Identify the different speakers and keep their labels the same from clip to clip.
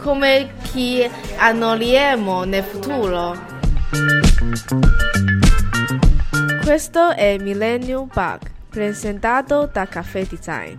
Speaker 1: come chi annulliamo nel futuro. Questo è Millennium Bug, presentato da Caffè Design.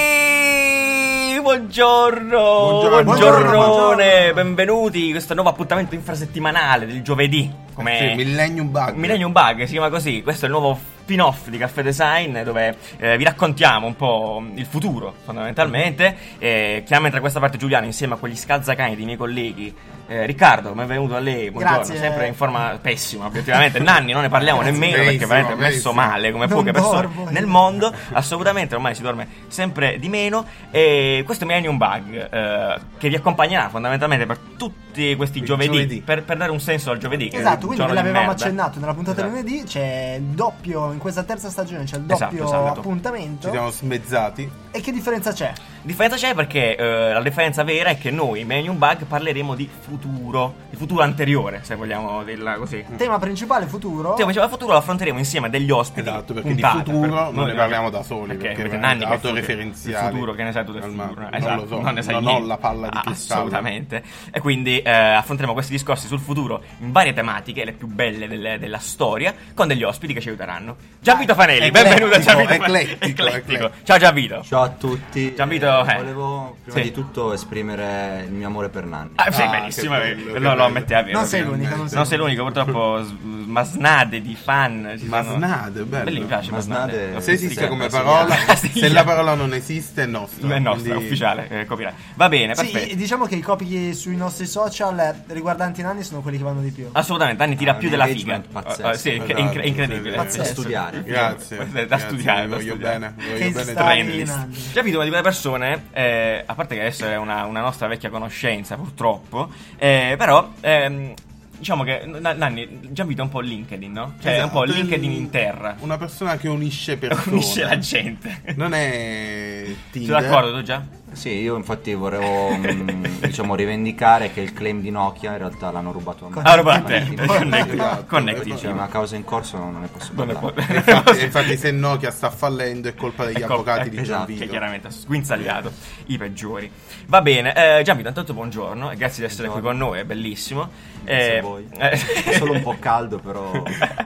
Speaker 2: Sì! Buongiorno!
Speaker 3: Buongiorno,
Speaker 2: Buongiornone!
Speaker 3: buongiorno.
Speaker 2: Benvenuti in questo nuovo appuntamento infrasettimanale del giovedì. Come
Speaker 3: Sì, Millennium Bug.
Speaker 2: Millennium Bug si chiama così. Questo è il nuovo spin-off di Caffè Design dove eh, vi raccontiamo un po' il futuro, fondamentalmente. Eh, chiama tra questa parte Giuliano insieme a quegli scalzacani dei miei colleghi. Eh, Riccardo, benvenuto a lei, buongiorno,
Speaker 4: Grazie.
Speaker 2: sempre in forma pessima, obiettivamente. Nanni, non ne parliamo
Speaker 3: Grazie,
Speaker 2: nemmeno perché
Speaker 3: benissimo,
Speaker 2: veramente è messo
Speaker 3: benissimo.
Speaker 2: male come
Speaker 4: Non
Speaker 2: poche persone
Speaker 4: dormo io.
Speaker 2: nel mondo, assolutamente, ormai si dorme sempre di meno e questo è Millennium Bug eh, che vi accompagnerà fondamentalmente per tutti questi
Speaker 3: Il
Speaker 2: giovedì,
Speaker 3: giovedì.
Speaker 2: Per, per dare un senso al giovedì. che è
Speaker 4: Esatto,
Speaker 2: un
Speaker 4: quindi
Speaker 2: giorno di
Speaker 4: l'avevamo
Speaker 2: merda.
Speaker 4: accennato nella puntata
Speaker 2: Esatto.
Speaker 4: di lunedì, c'è il doppio, in questa terza stagione c'è il doppio
Speaker 2: Esatto, esatto.
Speaker 4: appuntamento.
Speaker 3: Ci siamo smezzati.
Speaker 4: E che differenza c'è?
Speaker 2: Differenza c'è perché eh, la differenza vera è che noi, in Millennium Bug, parleremo di futuro, di futuro anteriore, se vogliamo dirla così.
Speaker 4: Tema principale futuro.
Speaker 2: Sì, come diceva, il cioè, futuro lo affronteremo insieme a degli ospiti.
Speaker 3: Esatto, perché
Speaker 2: puntata,
Speaker 3: di futuro
Speaker 2: per-
Speaker 3: non
Speaker 2: noi-
Speaker 3: ne parliamo da soli,
Speaker 2: Perché,
Speaker 3: perché
Speaker 2: perché
Speaker 3: veramente
Speaker 2: Nanni che è
Speaker 3: autoreferenziali.
Speaker 2: Il futuro, che ne sai tu del
Speaker 3: Al
Speaker 2: futuro?
Speaker 3: massimo, non
Speaker 2: esatto,
Speaker 3: lo so,
Speaker 2: ne sai
Speaker 3: non ho
Speaker 2: niente.
Speaker 3: la palla di
Speaker 2: Ah,
Speaker 3: cristallo.
Speaker 2: Assolutamente. E quindi eh, affronteremo questi discorsi sul futuro in varie tematiche, le più belle delle- della storia, con degli ospiti che ci aiuteranno. Gianvito Fanelli,
Speaker 3: Eclettico,
Speaker 2: benvenuto a Gianvito.
Speaker 3: eclettico,
Speaker 2: Eclettico.
Speaker 3: eclettico.
Speaker 2: Ciao Gianvito.
Speaker 5: Ciao a tutti.
Speaker 2: Gianvito, eh.
Speaker 5: Volevo prima
Speaker 2: Sì.
Speaker 5: di tutto esprimere il mio amore per Nanni.
Speaker 2: Ah, sei
Speaker 3: Ah,
Speaker 2: bellissimo,
Speaker 3: che
Speaker 2: eh,
Speaker 3: bello,
Speaker 2: lo-
Speaker 3: che
Speaker 2: lo
Speaker 3: bello.
Speaker 2: ammette a vero.
Speaker 4: Non sei
Speaker 2: ovviamente.
Speaker 4: l'unica, non sei
Speaker 2: Non sei l'unico, purtroppo s- masnade di fan. ci sono.
Speaker 3: Masnade, bello.
Speaker 2: Bello, mi piace
Speaker 5: Masnade-
Speaker 2: masnade.
Speaker 3: Se esiste
Speaker 5: Sì,
Speaker 3: come
Speaker 5: sì,
Speaker 3: parola,
Speaker 2: sì.
Speaker 3: se la parola non esiste è nostra.
Speaker 2: è nostra,
Speaker 3: quindi-
Speaker 2: ufficiale, eh, copyright. Va bene,
Speaker 4: Sì,
Speaker 2: perfetto.
Speaker 4: diciamo che i copy sui nostri social eh, riguardanti Nanni sono quelli che vanno di più.
Speaker 2: Assolutamente, Anni tira
Speaker 5: Ah,
Speaker 2: più
Speaker 5: un
Speaker 2: della figa.
Speaker 5: engagement pazzesco.
Speaker 2: Eh, eh, sì, è inc- è
Speaker 3: Esatto,
Speaker 2: incre- incredibile.
Speaker 3: sì,
Speaker 2: Da
Speaker 3: sì.
Speaker 5: Da studiare.
Speaker 3: Ah, Grazie.
Speaker 2: Da
Speaker 3: grazie,
Speaker 2: studiare,
Speaker 3: vi
Speaker 2: da
Speaker 3: voglio
Speaker 2: studiare.
Speaker 3: bene, vi voglio bene
Speaker 4: Che stai,
Speaker 3: tutti. Cioè,
Speaker 2: Trendlist.
Speaker 4: Nanni.
Speaker 2: Già video di quelle persone, eh, a parte che adesso è una, una nostra vecchia conoscenza, purtroppo, eh, però. ehm, Diciamo che N- Nanni, già vito è un po' LinkedIn, no? Cioè, è un po'
Speaker 3: Esatto, il-
Speaker 2: LinkedIn in terra.
Speaker 3: Una persona che unisce persone.
Speaker 2: Unisce la gente.
Speaker 3: Non è Tinder.
Speaker 2: Sei d'accordo tu già?
Speaker 5: Sì, io infatti volevo mm, diciamo rivendicare che il claim di Nokia in realtà l'hanno rubato a me.
Speaker 2: Ah, rubato a te.
Speaker 5: Quindi, diciamo,
Speaker 2: Connecti.
Speaker 3: Esatto.
Speaker 2: Connecti. diciamo.
Speaker 5: C'è una causa in corso, non ne posso
Speaker 2: Non ne
Speaker 5: parlare.
Speaker 2: può-
Speaker 3: Infatti, infatti se Nokia sta fallendo è colpa degli
Speaker 2: Ecco,
Speaker 3: avvocati
Speaker 2: ecco,
Speaker 3: di
Speaker 2: esatto,
Speaker 3: Gianvito.
Speaker 2: Che chiaramente ha sguinzagliato i peggiori. Va bene, eh, Gianvito, intanto buongiorno e grazie di essere qui con
Speaker 5: Buongiorno.
Speaker 2: noi, è bellissimo.
Speaker 5: Grazie
Speaker 2: Eh,
Speaker 5: a voi.
Speaker 2: eh,
Speaker 5: È solo un po' caldo, però.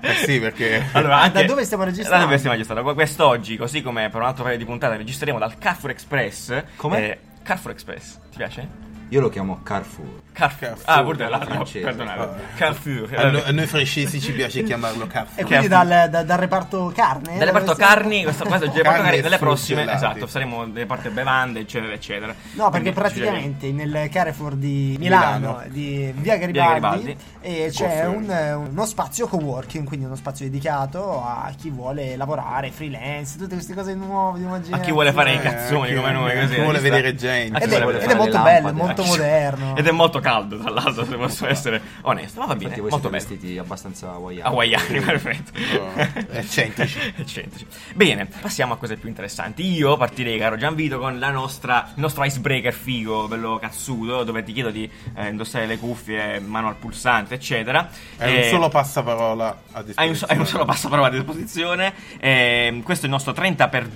Speaker 3: Eh sì, perché...
Speaker 2: Allora, anche-
Speaker 4: Ah, Da dove stiamo registrando?
Speaker 2: Da dove stiamo registrando? Quest'oggi, così come per un altro paio di puntate, registreremo dal Carrefour Express.
Speaker 5: Com'è?
Speaker 2: Eh, Carrefour Express, ti piace?
Speaker 5: Io lo chiamo Carrefour.
Speaker 2: Carrefour.
Speaker 3: Carrefour,
Speaker 2: ah, pure là, no,
Speaker 5: francese.
Speaker 2: perdonate.
Speaker 3: Ah.
Speaker 2: Carrefour.
Speaker 3: A noi, a noi francesi ci piace chiarlo caffè.
Speaker 4: E quindi dal, da- dal reparto carne?
Speaker 2: Dalle parti
Speaker 4: dove stiamo-
Speaker 2: carni, questa cosa dalle parti
Speaker 3: Carni
Speaker 2: carni
Speaker 3: e
Speaker 2: delle prossime,
Speaker 3: surgelati.
Speaker 2: esatto, saremo delle parti bevande, eccetera, eccetera.
Speaker 4: No, perché
Speaker 2: Quindi ci vediamo.
Speaker 4: praticamente nel Carrefour di Milano,
Speaker 3: Milano.
Speaker 4: di via Garibaldi,
Speaker 2: Via Garibaldi.
Speaker 4: eh, c'è
Speaker 3: Confermo.
Speaker 4: un- uno spazio co-working, quindi uno spazio dedicato a chi vuole lavorare, freelance, tutte queste cose nuove di nuova
Speaker 2: A chi vuole fare i
Speaker 4: generazione.
Speaker 2: cazzoni
Speaker 3: Eh,
Speaker 2: come noi,
Speaker 3: chi
Speaker 2: così,
Speaker 3: vuole
Speaker 2: ci sta.
Speaker 3: vedere gente.
Speaker 2: A chi
Speaker 4: Ed
Speaker 5: Chi
Speaker 2: vuole
Speaker 4: è,
Speaker 5: vuole
Speaker 2: fare-
Speaker 4: ed è
Speaker 5: fare
Speaker 4: molto
Speaker 5: le
Speaker 4: bello,
Speaker 5: lampade,
Speaker 4: molto
Speaker 5: a chi-
Speaker 4: moderno.
Speaker 2: Ed è molto caldo, tra l'altro, se posso essere onesto. Ma va bene,
Speaker 5: Infatti voi
Speaker 2: molto
Speaker 5: siete
Speaker 2: bello.
Speaker 5: vestiti abbastanza hawaiani.
Speaker 2: Hawaiani, perfetto.
Speaker 3: Oh, eccentrici.
Speaker 2: Eccentrici. Bene, passiamo a cose più interessanti. Io partirei, caro Gianvito, con la nostra, il nostro icebreaker figo, bello cazzuto, dove ti chiedo di eh, indossare le cuffie, mano al pulsante, eccetera.
Speaker 3: È un
Speaker 2: Eh,
Speaker 3: solo passaparola a
Speaker 2: Hai un, so-
Speaker 3: disposizione.
Speaker 2: hai un solo passaparola a disposizione. Ehm, questo è il nostro 30x2.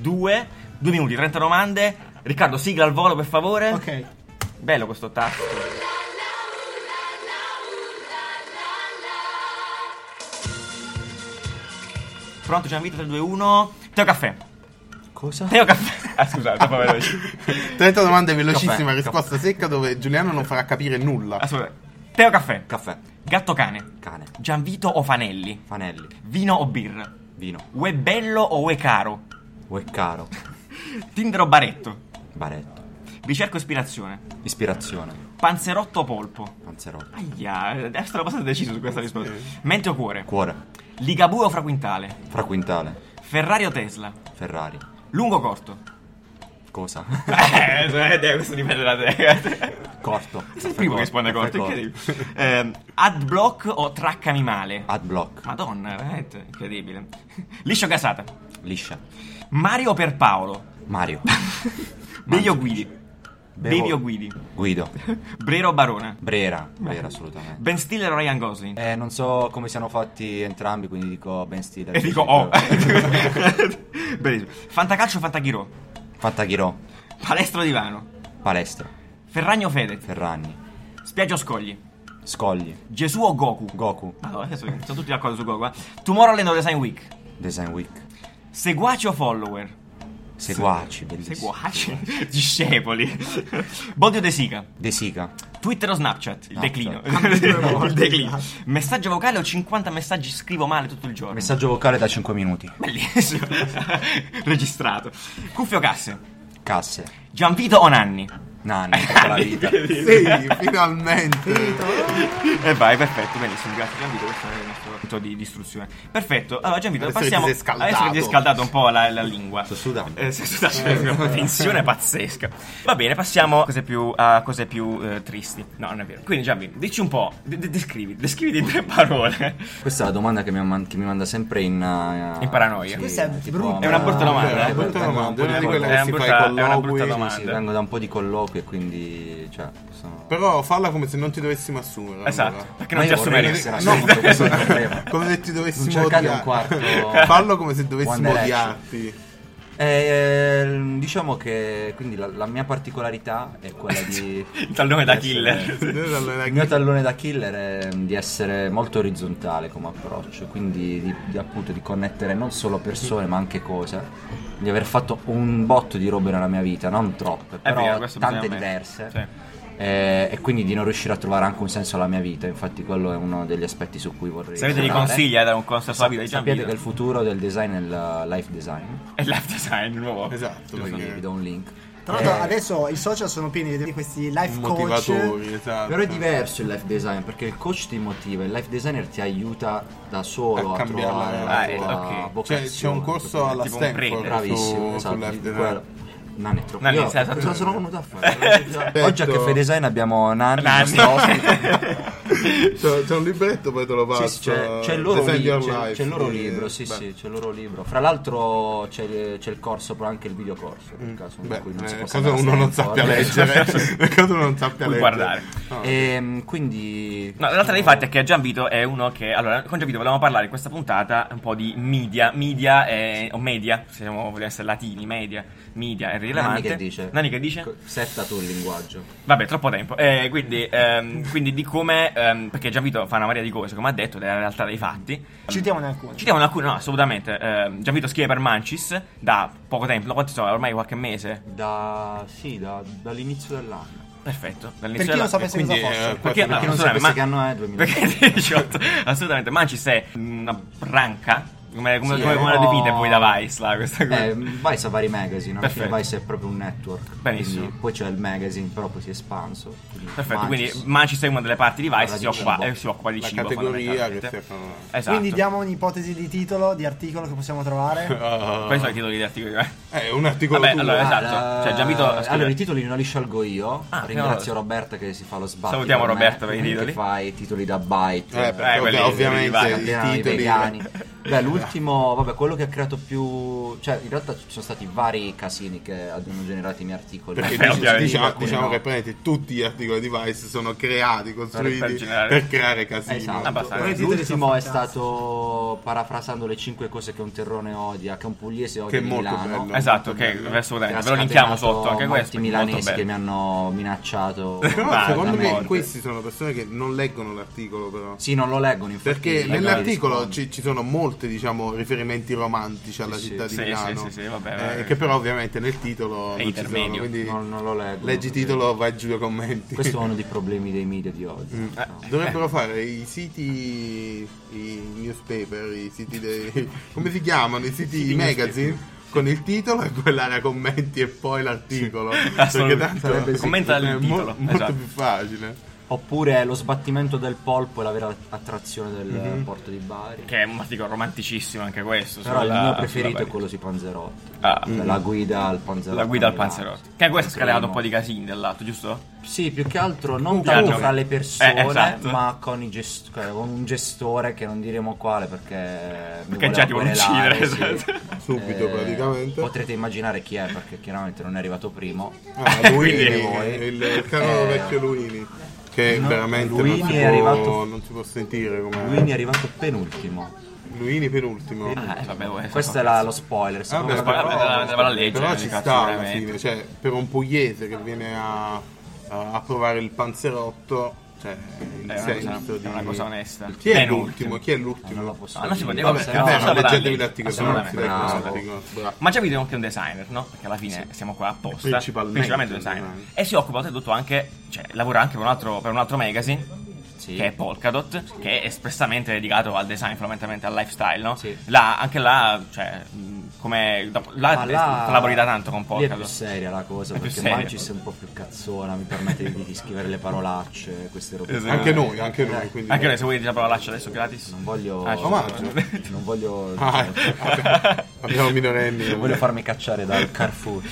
Speaker 2: 2 minuti, 30 domande. Riccardo, sigla al volo per favore.
Speaker 4: Ok.
Speaker 2: Bello questo tasto. Pronto Gianvito 3, 2, 1 Teo Caffè
Speaker 5: Cosa?
Speaker 2: Teo Caffè Ah scusa troppo veloce
Speaker 3: 30 domande velocissima,
Speaker 5: Caffè, Ah,
Speaker 3: risposta secca dove Giuliano non farà capire nulla.
Speaker 2: Ascolta Teo Caffè
Speaker 5: Caffè,
Speaker 2: Gatto cane
Speaker 5: cane,
Speaker 2: Gianvito o Fanelli
Speaker 5: fanelli,
Speaker 2: Vino o birra
Speaker 5: vino,
Speaker 2: Ue bello o ue caro
Speaker 5: uè caro,
Speaker 2: Tinder o baretto
Speaker 5: baretto,
Speaker 2: Ricerca e ispirazione
Speaker 5: ispirazione,
Speaker 2: Panzerotto o polpo
Speaker 5: panzerotto,
Speaker 2: Aia Adesso la passata deciso su questa risposta
Speaker 3: Sì.
Speaker 2: Mente o cuore
Speaker 5: cuore,
Speaker 2: Ligabue o fraquintale
Speaker 5: fra quintale,
Speaker 2: Ferrari o Tesla
Speaker 5: Ferrari,
Speaker 2: Lungo o corto?
Speaker 5: cosa?
Speaker 2: Eh, eh, questo dipende da te.
Speaker 5: corto.
Speaker 2: Sei il primo che risponde
Speaker 5: Caffè
Speaker 2: corto, incredibile. Ehm, Adblock o traccami male?
Speaker 5: Adblock,
Speaker 2: Madonna, veramente incredibile. Liscio casata.
Speaker 5: liscia,
Speaker 2: Mario per Paolo.
Speaker 5: Mario,
Speaker 2: Meglio guidi. Bevi o guidi?
Speaker 5: Guido.
Speaker 2: Brera o Barone?
Speaker 5: Brera, Brera assolutamente.
Speaker 2: Ben Stiller o Ryan Gosling?
Speaker 5: Eh, non so come siano fatti entrambi, quindi dico Ben Stiller.
Speaker 2: E dico oh. Benissimo. Fantacalcio o Fantachirò?
Speaker 5: Fattachirò,
Speaker 2: Palestra o divano?
Speaker 5: Palestra,
Speaker 2: Ferragno o Fedez?
Speaker 5: Ferragni,
Speaker 2: Spiaggia o scogli?
Speaker 5: Scogli,
Speaker 2: Gesù o Goku?
Speaker 5: Goku,
Speaker 2: Allora, adesso sono tutti d'accordo su Goku, eh. Tomorrowland o Design Week?
Speaker 5: Design Week,
Speaker 2: Seguaci o follower?
Speaker 5: Seguaci, bellissimo.
Speaker 2: Seguaci? Discepoli. Bodio De Sica?
Speaker 5: De Sica,
Speaker 2: Twitter o Snapchat? Il
Speaker 5: Snapchat.
Speaker 2: declino.
Speaker 4: due volte.
Speaker 2: il declino. Messaggio vocale o 50 messaggi scrivo male tutto il giorno?
Speaker 5: messaggio vocale da 5 minuti.
Speaker 2: Bellissimo. Registrato. Cuffie o casse?
Speaker 5: Casse,
Speaker 2: Gianvito o Nanni?
Speaker 5: Nani, tutta la vita.
Speaker 3: Sì, finalmente.
Speaker 2: E vai, perfetto, benissimo, grazie Gianvito, questo è il nostro punto di, di istruzione. Perfetto, allora Gianvito,
Speaker 3: Adesso
Speaker 2: passiamo...
Speaker 3: che ti sei scaldato.
Speaker 2: Adesso che ti è scaldato un po' la, la lingua.
Speaker 5: Sto sudando.
Speaker 2: Eh, sto sudando, una tensione pazzesca. Va bene, passiamo a cose più, a cose più eh, tristi. No, non è vero. Quindi Gianvito, dici un po', de- de- descrivi, descrivi in tre parole.
Speaker 5: Questa è la domanda che mi, man- che mi manda sempre in... eh,
Speaker 2: In paranoia.
Speaker 4: Questa è
Speaker 5: tipo,
Speaker 4: brutta.
Speaker 2: È una brutta domanda,
Speaker 3: È
Speaker 2: eh.
Speaker 3: una brutta
Speaker 5: Vengo da
Speaker 3: domanda, è una
Speaker 5: un po' di
Speaker 3: di quelle
Speaker 5: colloqui.
Speaker 2: È una
Speaker 3: che si
Speaker 2: brutta-
Speaker 3: fa
Speaker 2: è
Speaker 3: i
Speaker 2: una brutta
Speaker 3: colloqui.
Speaker 2: domanda.
Speaker 5: Sì, vengo da un po' di colloqui e quindi... Cioè, sono...
Speaker 3: Però falla come se non ti dovessimo assumere.
Speaker 2: Esatto,
Speaker 3: allora.
Speaker 2: perché non
Speaker 5: Ma
Speaker 2: ti
Speaker 5: io vorrei
Speaker 2: assumeresti.
Speaker 5: essere
Speaker 3: No.
Speaker 5: assunto, questo è il problema.
Speaker 3: Come se ti dovessimo
Speaker 5: Non cercate
Speaker 3: odiare.
Speaker 5: un quarto-
Speaker 3: Fallo come se dovessimo
Speaker 5: One Direction.
Speaker 3: odiarti.
Speaker 5: Eh, diciamo che quindi la, la mia particolarità è quella di.
Speaker 2: Il tallone da
Speaker 5: di
Speaker 2: killer.
Speaker 5: essere-
Speaker 3: Allora,
Speaker 5: Il mio tallone da killer è di essere molto orizzontale come approccio, quindi di, di appunto di connettere non solo persone ma anche cose, di aver fatto un botto di robe nella mia vita, non troppe,
Speaker 2: È
Speaker 5: però
Speaker 2: vero, questo
Speaker 5: tante
Speaker 2: bisogna ammettere.
Speaker 5: diverse. Eh, e quindi di non riuscire a trovare anche un senso alla mia vita, infatti quello è uno degli aspetti su cui vorrei...
Speaker 2: Se avete dei
Speaker 5: tornare.
Speaker 2: consigli eh, da un consiglio sulla vita di
Speaker 5: Sapete che il
Speaker 2: Gianvito.
Speaker 5: futuro del design è il uh, life design.
Speaker 2: È life design, nuovo.
Speaker 3: Esatto,
Speaker 5: Quindi vi
Speaker 3: perché
Speaker 5: do un link.
Speaker 4: Tra l'altro
Speaker 5: Eh,
Speaker 4: adesso i social sono pieni di questi life coach.
Speaker 3: motivatori, esatto.
Speaker 5: Però è diverso il life design perché il coach ti motiva, il life designer ti aiuta da solo
Speaker 3: A
Speaker 5: a,
Speaker 3: cambiare
Speaker 5: trovare
Speaker 3: la-
Speaker 5: la
Speaker 2: eh,
Speaker 5: tua
Speaker 2: ok.
Speaker 5: vocazione.
Speaker 3: Cioè, c'è un corso alla
Speaker 2: tipo un
Speaker 3: Stanford
Speaker 2: prete.
Speaker 5: Bravissimo,
Speaker 3: su,
Speaker 5: esatto.
Speaker 3: sull'arte
Speaker 5: di
Speaker 3: del-
Speaker 5: quello- Nanni è troppo.
Speaker 2: Nanni,
Speaker 5: Io
Speaker 2: sei stato-
Speaker 5: cosa sono venuto a fare? Oggi a
Speaker 3: Aspetto.
Speaker 5: Caffè Design abbiamo Nanni, il
Speaker 2: Nanni.
Speaker 5: nostro ospite.
Speaker 3: C'è, c'è un libretto, poi te lo passo.
Speaker 5: Sì, sì, c'è, c'è il loro,
Speaker 3: Design
Speaker 5: li-
Speaker 3: Your
Speaker 5: c'è-
Speaker 3: Life,
Speaker 5: c'è il loro
Speaker 3: di-
Speaker 5: libro, sì,
Speaker 3: beh.
Speaker 5: sì, c'è il loro libro. Fra l'altro c'è, c'è il corso, però anche il videocorso, nel caso in
Speaker 3: Beh,
Speaker 5: cui non si
Speaker 3: eh,
Speaker 5: possa
Speaker 3: cosa
Speaker 5: andare
Speaker 3: uno
Speaker 5: a
Speaker 3: non
Speaker 5: Stanford.
Speaker 3: sappia leggere, cosa uno non sappia
Speaker 2: Puoi
Speaker 3: leggere.
Speaker 2: guardare.
Speaker 3: No.
Speaker 5: Ehm, quindi...
Speaker 2: No, l'altra dei fatti è che Gianvito è uno che. Allora, con Gianvito volevamo parlare in questa puntata un po' di media. Media è- o media, se siamo- vogliamo essere latini, media. Media è
Speaker 5: Nanni
Speaker 2: rilevante.
Speaker 5: che dice?
Speaker 2: Nanni che dice?
Speaker 5: Co- Setta tu il linguaggio.
Speaker 2: Vabbè, troppo tempo. Eh, quindi, ehm, quindi di come. ehm, perché Gianvito fa una marea di cose, come ha detto, della realtà dei fatti.
Speaker 4: Citiamone alcuni.
Speaker 2: Citiamo alcune, no, assolutamente. Ehm, Gianvito scrive per Mancis da poco tempo. No, quanti sono? Ormai qualche mese.
Speaker 5: Da, sì, da- dall'inizio dell'anno.
Speaker 2: Perfetto.
Speaker 4: Per
Speaker 2: dall'inizio
Speaker 4: chi
Speaker 2: della-
Speaker 4: non sapesse cosa
Speaker 3: quindi, eh,
Speaker 4: fosse.
Speaker 2: Perché, no,
Speaker 3: Perché
Speaker 5: non
Speaker 2: assolutamente,
Speaker 5: sapesse che anno è 2018.
Speaker 2: ah, Perché 18, assolutamente, Mancis è una branca, come, come,
Speaker 5: Sì,
Speaker 2: come-
Speaker 5: eh,
Speaker 2: come la
Speaker 5: no.
Speaker 2: definite voi da Vice, là, questa cosa.
Speaker 5: Eh, Vice ha vari magazine, alla fine
Speaker 2: Perfetto.
Speaker 5: Vice è proprio un network.
Speaker 2: Benissimo.
Speaker 5: quindi poi c'è il magazine, però poi si è espanso. quindi
Speaker 2: Perfetto,
Speaker 5: Manchis.
Speaker 2: quindi Mancis è una delle parti di Vice,
Speaker 5: Parla
Speaker 2: si
Speaker 5: di
Speaker 2: occupa,
Speaker 5: cibo.
Speaker 2: eh, si occupa di
Speaker 3: La
Speaker 2: cibo
Speaker 3: categoria che
Speaker 2: fondamentalmente.
Speaker 3: si è fatta-
Speaker 2: Esatto.
Speaker 4: Quindi diamo un'ipotesi di titolo, di articolo che possiamo trovare.
Speaker 3: Ah.
Speaker 2: Questo è il titolo di articolo. eh.
Speaker 3: Eh, un articolo
Speaker 2: Vabbè,
Speaker 3: tuo.
Speaker 2: allora, esatto.
Speaker 5: Guarda,
Speaker 2: Cioè, Gianvito ha scritto-
Speaker 5: Allora, i titoli non li scelgo io.
Speaker 2: Ah,
Speaker 5: Ringrazio
Speaker 2: no.
Speaker 5: Roberta che si fa lo sbaglio.
Speaker 2: Salutiamo Roberta per i titoli.
Speaker 5: Che fa i titoli da Byte.
Speaker 3: Eh, perché
Speaker 2: Eh, quelli-
Speaker 3: ovvia-
Speaker 2: quelli
Speaker 3: ovviamente
Speaker 2: di
Speaker 5: Appena
Speaker 3: i
Speaker 5: i
Speaker 3: titoli
Speaker 5: vegani. Beh, l'ultimo, vabbè, quello che ha creato più. Cioè, in realtà ci sono stati vari casini che hanno generato i miei articoli.
Speaker 3: Perché
Speaker 2: Beh,
Speaker 3: dici-
Speaker 2: ovviamente.
Speaker 3: diciamo,
Speaker 5: Alcuni
Speaker 3: diciamo
Speaker 5: no.
Speaker 3: che praticamente tutti gli articoli di Vice sono creati, costruiti
Speaker 2: Per
Speaker 3: per,
Speaker 2: generare-
Speaker 3: creare casino.
Speaker 5: Esatto.
Speaker 2: Abbastanza.
Speaker 5: Poi
Speaker 4: Questi titoli
Speaker 5: L'ultimo
Speaker 4: sono
Speaker 5: è
Speaker 4: fantastici.
Speaker 5: stato parafrasando le 5 cose che un terrone odia, che un pugliese
Speaker 3: Che
Speaker 5: odia
Speaker 3: è
Speaker 5: di
Speaker 3: molto
Speaker 5: Milano.
Speaker 3: bello. Eh,
Speaker 2: Esatto,
Speaker 3: Molto
Speaker 2: che
Speaker 3: bello.
Speaker 5: che ha
Speaker 2: assolutamente, ve lo linkiamo
Speaker 5: scatenato
Speaker 2: sotto anche
Speaker 5: molti
Speaker 2: questo. perché è molto
Speaker 5: milanesi che
Speaker 2: bello.
Speaker 5: mi hanno minacciato.
Speaker 3: Però
Speaker 2: Ah,
Speaker 3: secondo me
Speaker 2: d'accordo.
Speaker 3: questi sono persone che non leggono l'articolo però.
Speaker 5: Sì, non lo leggono infatti.
Speaker 3: Perché
Speaker 5: magari
Speaker 3: nell'articolo
Speaker 5: rispondo.
Speaker 3: ci, ci sono molti, diciamo, riferimenti romantici alla
Speaker 5: Sì,
Speaker 3: città
Speaker 2: sì.
Speaker 3: di
Speaker 2: Sì,
Speaker 3: Milano.
Speaker 2: sì, sì, sì, vabbè,
Speaker 3: eh,
Speaker 2: vabbè.
Speaker 3: Che però ovviamente nel titolo
Speaker 2: È
Speaker 3: non ci sono,
Speaker 2: intermedio.
Speaker 3: quindi
Speaker 5: Non, non lo leggo.
Speaker 3: leggi titolo, Mm. vai giù ai commenti.
Speaker 5: Questo è uno dei problemi dei media di oggi.
Speaker 2: Eh,
Speaker 5: No.
Speaker 3: Dovrebbero fare i siti, i newspaper, i siti dei... come si chiamano? I siti,
Speaker 2: siti
Speaker 3: i magazine? Con il titolo e quell'area commenti e poi l'articolo.
Speaker 2: assolutamente.
Speaker 3: Perché tanto
Speaker 2: Sarebbe sì. Commenta il
Speaker 3: è mo-
Speaker 2: titolo,
Speaker 3: molto
Speaker 2: esatto.
Speaker 3: più facile.
Speaker 5: Oppure lo sbattimento del polpo e la vera attrazione del
Speaker 3: Mhm.
Speaker 5: porto di Bari.
Speaker 2: Che è un articolo romanticissimo anche questo.
Speaker 5: Però
Speaker 2: sulla-
Speaker 5: il mio
Speaker 2: sulla
Speaker 5: preferito è
Speaker 2: Bari.
Speaker 5: quello sui panzerotti.
Speaker 2: Ah,
Speaker 3: Mm-hmm.
Speaker 5: Cioè, La guida al panzerotti.
Speaker 2: La guida al
Speaker 5: Milano.
Speaker 2: panzerotti. Che questo ha scalenato un po' di
Speaker 5: Primo.
Speaker 2: casini dall'alto, giusto?
Speaker 5: Sì, più che altro non
Speaker 2: Più
Speaker 5: tanto
Speaker 2: altro.
Speaker 5: fra le persone,
Speaker 2: Eh, esatto.
Speaker 5: ma con, i gest- cioè, con un gestore che non diremo quale perché. mi
Speaker 2: Perché già
Speaker 5: voleva
Speaker 2: ti vuole
Speaker 5: querelare,
Speaker 2: uccidere,
Speaker 5: sì.
Speaker 2: esatto.
Speaker 3: Subito,
Speaker 5: Eh,
Speaker 3: praticamente.
Speaker 5: Potrete immaginare chi è perché chiaramente non è arrivato primo.
Speaker 3: Ah, Luini,
Speaker 2: Quindi-
Speaker 3: il, il caro
Speaker 5: Eh.
Speaker 3: vecchio Luini. Che
Speaker 5: No,
Speaker 3: veramente
Speaker 5: Luini
Speaker 3: non, si
Speaker 5: è
Speaker 3: può,
Speaker 5: arrivato-
Speaker 3: non si può sentire come.
Speaker 5: Luini è arrivato penultimo.
Speaker 3: Luini penultimo.
Speaker 2: Ah, eh, vabbè, questo-
Speaker 5: Questo è la- lo spoiler.
Speaker 3: Ah,
Speaker 5: secondo
Speaker 3: beh,
Speaker 5: me.
Speaker 2: spoiler,
Speaker 5: però-
Speaker 2: vabbè, della- della legge,
Speaker 3: Però
Speaker 2: eh,
Speaker 3: ci
Speaker 2: cazzo,
Speaker 3: sta alla
Speaker 2: veramente.
Speaker 3: fine, cioè, per un pugliese che viene a, a- a provare il panzerotto, cioè, il
Speaker 2: Eh, È una cosa-
Speaker 3: senso di...
Speaker 2: è una cosa onesta.
Speaker 3: Chi è
Speaker 2: Penultimo.
Speaker 3: l'ultimo? Chi è
Speaker 5: No, Eh, non lo
Speaker 3: l'ultimo?
Speaker 5: posso
Speaker 2: Ah, non si
Speaker 5: dire,
Speaker 2: può
Speaker 3: Vabbè,
Speaker 2: dire,
Speaker 5: se
Speaker 2: no,
Speaker 5: no-
Speaker 3: vabbè,
Speaker 2: no,
Speaker 3: ma
Speaker 2: no,
Speaker 3: leggetevi
Speaker 2: no,
Speaker 3: l'articolo, se no non
Speaker 2: assolutamente,
Speaker 3: si dà il
Speaker 5: no, no.
Speaker 3: consiglio. Bravo.
Speaker 2: Ma già vediamo che è un designer, no? Perché alla fine siamo qua apposta.
Speaker 3: Principalmente
Speaker 2: un
Speaker 3: un
Speaker 2: designer.
Speaker 3: designer.
Speaker 5: eh.
Speaker 2: E si occupa oltretutto anche, cioè lavora anche per un altro, per un altro magazine,
Speaker 5: Sì.
Speaker 2: che è Polkadot, che è espressamente dedicato al design, fondamentalmente al lifestyle, no?
Speaker 5: Sì.
Speaker 2: Là, anche là, cioè, mh, come... dopo- Là,
Speaker 5: Ma là-
Speaker 2: collabori da tanto con
Speaker 5: Lì è più
Speaker 2: Polkadot.
Speaker 5: seria la cosa
Speaker 2: È più
Speaker 5: perché
Speaker 2: seria.
Speaker 5: Magis è un po' più cazzona, mi permette di, di scrivere le parolacce, queste robe.
Speaker 2: Esatto.
Speaker 3: Anche noi, anche noi. Quindi...
Speaker 2: Anche noi, se vuoi dire la parolaccia adesso gratis.
Speaker 5: Non voglio.
Speaker 2: Ah, ci
Speaker 3: omaggio.
Speaker 5: Non voglio. cioè,
Speaker 3: Ah, vabbè, abbiamo minorenni.
Speaker 5: Non voglio farmi cacciare dal Carrefour.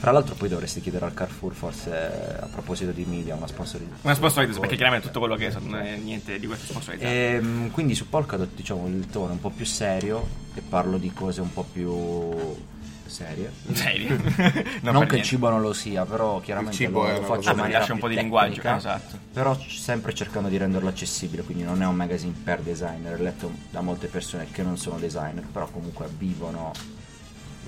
Speaker 5: Tra l'altro, poi dovresti chiedere al Carrefour, forse eh, a proposito di media, una sponsorizzazione.
Speaker 2: Una sponsorizzazione, perché chiaramente tutto quello che è, non è niente di questo sponsorizzato.
Speaker 5: Ehm, quindi su Polkadot diciamo il tono è un po' più serio e parlo di cose un po' più serie.
Speaker 2: Sei lì. per
Speaker 5: Non, che il
Speaker 2: niente.
Speaker 5: cibo non lo sia, però chiaramente
Speaker 3: cibo
Speaker 5: lo,
Speaker 3: è
Speaker 5: lo
Speaker 3: una
Speaker 5: faccio
Speaker 3: cosa-
Speaker 5: in
Speaker 3: Ah,
Speaker 5: maniera
Speaker 2: lascia un
Speaker 5: più
Speaker 2: po' di linguaggio,
Speaker 5: tecnica,
Speaker 2: esatto.
Speaker 5: Però c- sempre cercando di renderlo accessibile, quindi non è un magazine per designer, è letto da molte persone che non sono designer, però comunque vivono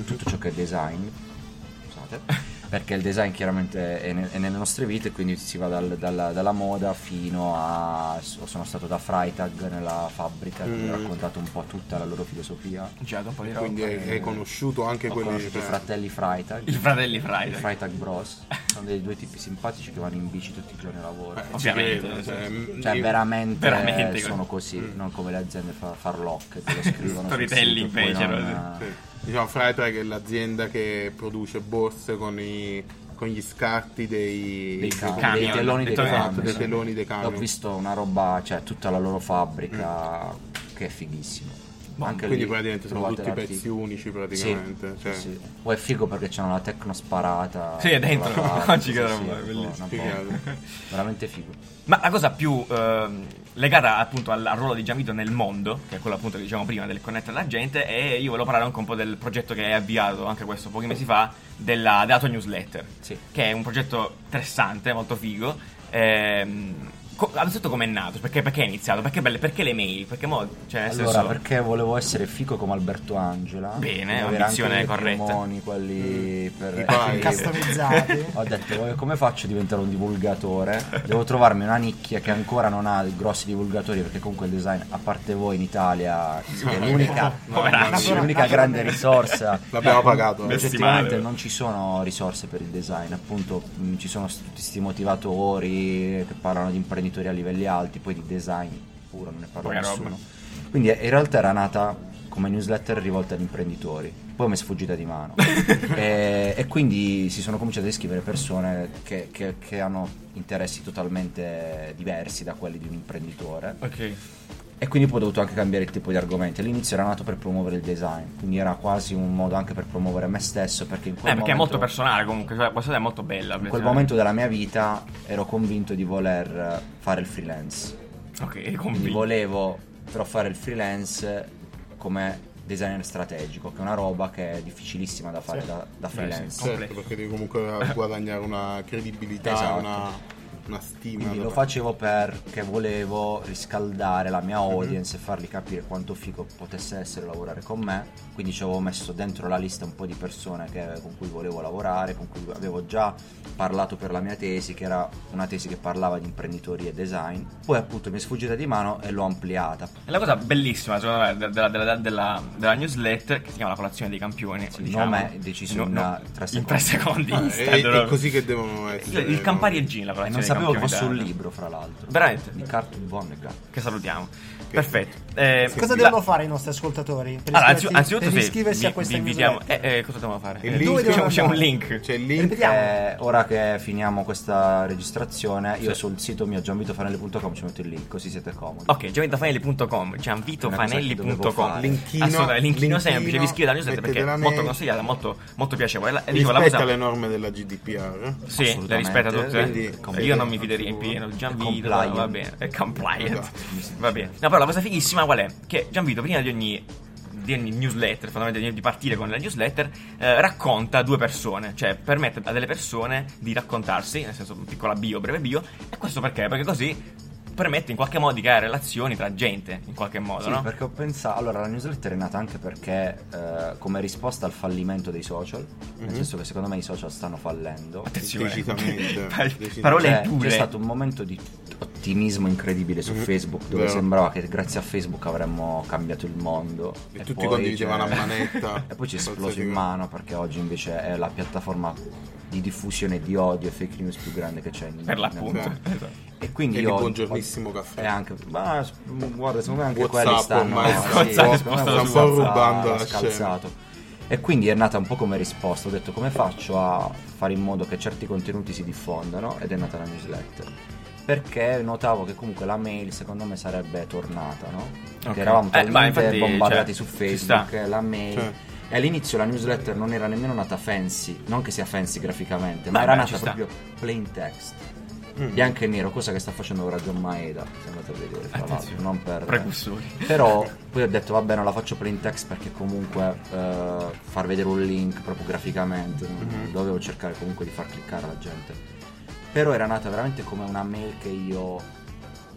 Speaker 5: tutto ciò che è design. Scusate. Perché il design chiaramente è, ne- è nelle nostre vite, quindi si va dal- dalla, dalla moda fino a. so- Sono stato da Freitag nella fabbrica, quindi ho
Speaker 3: Mm.
Speaker 5: raccontato un po' tutta la loro filosofia.
Speaker 2: Girato un po' di roba.
Speaker 3: Quindi hai, hai conosciuto anche
Speaker 5: Ho
Speaker 3: quelli... cioè,
Speaker 5: conosciuto i fratelli Freitag.
Speaker 2: I fratelli
Speaker 5: I
Speaker 2: Friday.
Speaker 5: Freitag Bros sono dei due tipi simpatici che vanno in bici tutti i giorni a lavoro.
Speaker 3: Eh, ehm, ci
Speaker 2: Ovviamente,
Speaker 3: credo,
Speaker 2: cioè,
Speaker 3: m-
Speaker 5: Cioè,
Speaker 3: io-
Speaker 5: veramente,
Speaker 2: veramente
Speaker 5: sono
Speaker 2: così.
Speaker 5: così,
Speaker 3: Mm.
Speaker 5: non come le aziende fa- farlocche che lo scrivono. sul
Speaker 2: Storytelling
Speaker 5: sito e poi
Speaker 2: fecero,
Speaker 5: non- eh,
Speaker 3: Sì. Diciamo, Freitag è l'azienda che produce borse con, i- con gli scarti dei, Esatto,
Speaker 5: Dei, camion,
Speaker 2: camion,
Speaker 5: dei teloni dei
Speaker 2: dei teloni.
Speaker 5: camion,
Speaker 3: Dei
Speaker 5: sì.
Speaker 3: teloni dei camion.
Speaker 5: Ho visto una roba, cioè tutta la loro fabbrica che è fighissimo.
Speaker 3: Mm.
Speaker 5: Anche
Speaker 3: Boh, Quindi
Speaker 5: lì
Speaker 3: praticamente sono
Speaker 5: trovate
Speaker 3: tutti
Speaker 5: l'articolo.
Speaker 3: pezzi unici
Speaker 5: Sì,
Speaker 3: praticamente.
Speaker 5: sì,
Speaker 3: cioè,
Speaker 5: sì. O è figo perché c'hanno la tecno sparata.
Speaker 2: Sì, è dentro.
Speaker 5: la parte,
Speaker 2: Non ci
Speaker 5: sì,
Speaker 2: credo,
Speaker 5: sì,
Speaker 2: ma è
Speaker 5: una
Speaker 2: bellissimo.
Speaker 5: bomba.
Speaker 3: Figata.
Speaker 5: Veramente figo.
Speaker 2: Ma la cosa più ehm, legata appunto al, al ruolo di Gianvito nel mondo, che è quello appunto che diciamo prima del connettere la gente, e io volevo parlare anche un po' del progetto che hai avviato anche questo pochi mesi fa, della, della tua newsletter,
Speaker 5: Sì.
Speaker 2: che è un progetto interessante, molto figo. Ehm, co- Innanzitutto come è nato? Perché, perché è iniziato? Perché, belle- perché le mail? Perché mo, cioè, nel
Speaker 5: Allora,
Speaker 2: senso...
Speaker 5: perché volevo essere figo come Alberto Angela.
Speaker 2: Bene,
Speaker 5: quindi avere
Speaker 2: ambizione
Speaker 5: anche dei
Speaker 2: corretta. Mm.
Speaker 5: piumoni, quelli per
Speaker 3: I pai.
Speaker 4: Customizzati.
Speaker 5: Ho detto, "Voglio- come faccio a diventare un divulgatore? Devo trovarmi una nicchia che ancora non ha grossi divulgatori, perché comunque il design, a parte voi in Italia, è l'unica,
Speaker 2: Ah,
Speaker 3: Poveracci.
Speaker 5: l'unica grande risorsa
Speaker 3: L'abbiamo pagato. eh.
Speaker 2: Beh, sì.
Speaker 5: Effettivamente
Speaker 2: male.
Speaker 5: non ci sono risorse per il design, appunto mh, ci sono tutti questi motivatori che parlano di imprenditori a livelli alti, poi di design puro non ne parla
Speaker 2: Poca
Speaker 5: nessuno.
Speaker 2: roba.
Speaker 5: Quindi eh, in realtà era nata come newsletter rivolta agli imprenditori, poi mi è sfuggita di mano e, e quindi si sono cominciate a scrivere persone che, che- che hanno interessi totalmente diversi da quelli di un imprenditore.
Speaker 2: Ok. Eh,
Speaker 5: E quindi poi ho dovuto anche cambiare il tipo di argomenti. All'inizio era nato per promuovere il design, quindi era quasi un modo anche per promuovere me stesso, perché in quel
Speaker 2: Eh, perché è
Speaker 5: momento,
Speaker 2: molto cioè. personale comunque, cioè, questa è molto bella.
Speaker 5: in quel momento della mia vita ero convinto di voler eh, fare il freelance.
Speaker 2: Ok,
Speaker 5: Quindi
Speaker 2: convinto.
Speaker 5: volevo però fare il freelance come designer strategico, che è una roba che è difficilissima da fare da, da
Speaker 2: Beh,
Speaker 5: freelance.
Speaker 2: Eh sì.
Speaker 3: Certo, perché devi comunque guadagnare una credibilità,
Speaker 5: Esatto.
Speaker 3: una, una stima.
Speaker 5: Quindi
Speaker 3: da
Speaker 5: lo
Speaker 3: parte-
Speaker 5: facevo perché volevo riscaldare la mia
Speaker 2: Mhm.
Speaker 5: audience e fargli capire quanto figo potesse essere lavorare con me. Quindi ci avevo messo dentro la lista un po' di persone che- con cui volevo lavorare, con cui avevo già parlato per la mia tesi, che era una tesi che parlava di imprenditori e design. Poi appunto mi è sfuggita di mano e l'ho ampliata.
Speaker 2: E La cosa bellissima, secondo me, della, della- della- della newsletter, che si chiama La colazione dei campioni.
Speaker 5: il
Speaker 2: diciamo.
Speaker 5: nome è deciso in, uh, tre
Speaker 2: in tre secondi.
Speaker 3: Ah,
Speaker 2: instant,
Speaker 3: è, è
Speaker 2: proprio.
Speaker 3: così che devono essere.
Speaker 2: Il Campari e Gin, la
Speaker 5: E
Speaker 2: colazione
Speaker 5: eh, non si
Speaker 2: sapevo
Speaker 5: sapevo che
Speaker 2: che
Speaker 5: fosse un
Speaker 2: capitava.
Speaker 5: libro, fra l'altro.
Speaker 2: Veramente?
Speaker 5: Di Cartoon Vonnegut.
Speaker 2: Che salutiamo. Perfetto. Eh,
Speaker 4: Cosa
Speaker 2: la-
Speaker 4: devono fare i nostri ascoltatori? Per
Speaker 2: Allora, anzi-
Speaker 4: iscriversi-
Speaker 2: anzitutto
Speaker 4: per
Speaker 2: se
Speaker 4: iscriversi
Speaker 2: vi-
Speaker 4: a questa
Speaker 2: vi invitiamo.
Speaker 4: newsletter?
Speaker 2: Eh, eh, cosa dobbiamo fare?
Speaker 3: Il
Speaker 2: Eh,
Speaker 3: link-
Speaker 2: c'è, c'è un
Speaker 4: dobbiamo-
Speaker 2: link.
Speaker 5: Cioè,
Speaker 3: C'è il link.
Speaker 4: Vediamo.
Speaker 5: Eh, ora che finiamo questa registrazione, io
Speaker 2: Sì.
Speaker 5: sul sito mio gianvitofanelli.com ci metto il link, così siete comodi.
Speaker 2: Ok, gianvitofanelli.com,
Speaker 5: È una cosa che dovevo
Speaker 2: gianvitofanelli.com
Speaker 5: fare.
Speaker 3: Linchino,
Speaker 2: Assolutamente, linchino
Speaker 3: linchino,
Speaker 2: semplice, vi iscrivete alla newsletter perché è
Speaker 3: mettetela
Speaker 2: molto
Speaker 3: nei-
Speaker 2: consigliata, molto, molto piacevole. E dicevo, la
Speaker 3: Rispetta
Speaker 2: cosa...
Speaker 3: le norme della GDPR.
Speaker 2: Sì, le rispetta tutte.
Speaker 5: Assolutamente,
Speaker 2: eh.
Speaker 5: quindi-
Speaker 2: Io non mi fiderei in pieno. Gianvito,
Speaker 5: Compliant.
Speaker 2: va bene. È compliant.
Speaker 3: Esatto.
Speaker 2: Va bene. No, però la cosa fighissima qual è? Che Gianvito, prima di ogni, di ogni newsletter, fondamentalmente di partire con la newsletter, eh, racconta due persone. Cioè, permette a delle persone di raccontarsi, nel senso, piccola bio, breve bio. E questo perché? Perché così permette in qualche modo di creare relazioni tra gente, in qualche modo,
Speaker 5: Sì,
Speaker 2: no?
Speaker 5: perché ho pensato. Allora, la newsletter è nata anche perché, eh, come risposta al fallimento dei social,
Speaker 3: Mhm.
Speaker 5: nel senso che secondo me i social stanno fallendo.
Speaker 2: Attenzione.
Speaker 3: Decisamente,
Speaker 2: Pa-
Speaker 3: decisamente.
Speaker 2: Parole
Speaker 5: Cioè,
Speaker 2: dure.
Speaker 5: c'è stato un momento di ottimismo incredibile su Facebook dove
Speaker 3: Mhm. Vero.
Speaker 5: sembrava che grazie a Facebook avremmo cambiato il mondo
Speaker 3: E tutti
Speaker 5: poi
Speaker 3: condividevano
Speaker 5: c'è-
Speaker 3: a manetta.
Speaker 5: e poi ci è esploso
Speaker 3: Qualsiasi
Speaker 5: in
Speaker 3: cosa.
Speaker 5: mano perché oggi invece è la piattaforma di diffusione di odio e fake news più grande che c'è in
Speaker 2: Per l'appunto.
Speaker 5: nel-
Speaker 2: Esatto.
Speaker 5: e quindi
Speaker 3: E di
Speaker 5: io
Speaker 3: buongiornissimo caffè.
Speaker 5: e anche ma s- guarda secondo me anche
Speaker 3: WhatsApp
Speaker 5: quelli stanno eh,
Speaker 3: ormai
Speaker 2: sta un po'
Speaker 5: secondo me
Speaker 2: sta un
Speaker 5: WhatsApp
Speaker 3: po' rubando
Speaker 5: ha
Speaker 3: la scena.
Speaker 5: scalzato. e quindi è nata un po' come risposta ho detto come faccio a fare in modo che certi contenuti si diffondano ed è nata la newsletter perché notavo che comunque la mail secondo me sarebbe tornata no?
Speaker 2: Ok.
Speaker 5: Che eravamo
Speaker 2: Eh, ma
Speaker 5: talmente
Speaker 2: infatti,
Speaker 5: bombardati
Speaker 2: cioè,
Speaker 5: su
Speaker 2: ci sta.
Speaker 5: Facebook eh, la mail
Speaker 3: Cioè.
Speaker 5: e all'inizio la newsletter non era nemmeno nata fancy non che sia fancy graficamente ma,
Speaker 2: Ma
Speaker 5: era
Speaker 2: beh, ci
Speaker 5: nata
Speaker 2: sta.
Speaker 5: proprio plain text
Speaker 3: Mm.
Speaker 5: bianco e nero, cosa che sta facendo ora John Maeda. Se andate a vedere, tra l'altro, non per
Speaker 2: Precursori.
Speaker 5: Però poi ho detto, vabbè, non la faccio plain text perché comunque eh, far vedere un link proprio graficamente
Speaker 3: Mhm.
Speaker 5: dovevo cercare comunque di far cliccare la gente. Però era nata veramente come una mail che io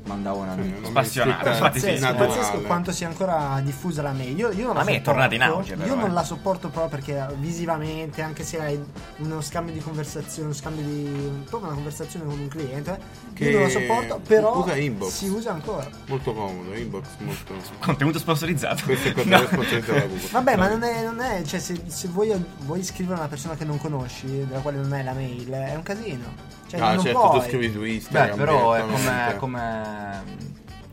Speaker 5: mandavo a un
Speaker 3: Sì,
Speaker 5: amico.
Speaker 3: non mi
Speaker 2: Spassionato,
Speaker 3: aspettavo.
Speaker 2: infatti sì,
Speaker 4: Pazzesco,
Speaker 2: naturale.
Speaker 4: pazzesco quanto sia ancora diffusa la mail. Io, io non
Speaker 2: La
Speaker 4: la
Speaker 2: mail è
Speaker 4: sopporto.
Speaker 2: tornata in auge, però,
Speaker 4: Io
Speaker 2: eh.
Speaker 4: non la sopporto proprio perché visivamente, anche se hai uno scambio di conversazione, uno scambio di. proprio una conversazione con un cliente,
Speaker 3: Che
Speaker 4: io non la sopporto, però
Speaker 3: usa inbox.
Speaker 4: si usa ancora.
Speaker 3: Molto comodo, inbox molto.
Speaker 2: Contenuto sponsorizzato.
Speaker 3: Questo è il
Speaker 2: No.
Speaker 3: contenuto sponsorizzato della Google.
Speaker 4: Vabbè, ma non è. non è- cioè, se, se vuoi, vuoi scrivere a una persona che non conosci, della quale non hai la mail, è un casino. Cioè,
Speaker 3: Ah,
Speaker 4: non
Speaker 3: certo,
Speaker 4: puoi.
Speaker 3: tu scrivi su
Speaker 5: Beh,
Speaker 3: Instagram. certo,
Speaker 5: però è come,
Speaker 3: direttamente.
Speaker 5: come,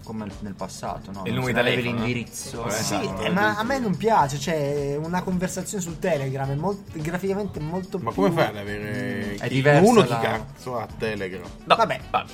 Speaker 5: come nel passato, no?
Speaker 2: Il numero di
Speaker 5: Se avevi
Speaker 2: telefono, no?
Speaker 5: l'indirizzo.
Speaker 2: Eh,
Speaker 4: Sì,
Speaker 2: Esatto.
Speaker 4: eh, ma a me non piace, cioè una conversazione su Telegram è molto, graficamente molto
Speaker 3: Ma
Speaker 4: più...
Speaker 3: come fai ad
Speaker 4: Mm,
Speaker 3: avere.
Speaker 5: È
Speaker 3: chi-
Speaker 5: diverso
Speaker 3: Uno
Speaker 5: la-
Speaker 3: chi cazzo ha Telegram.
Speaker 2: No,
Speaker 4: Vabbè.
Speaker 2: va-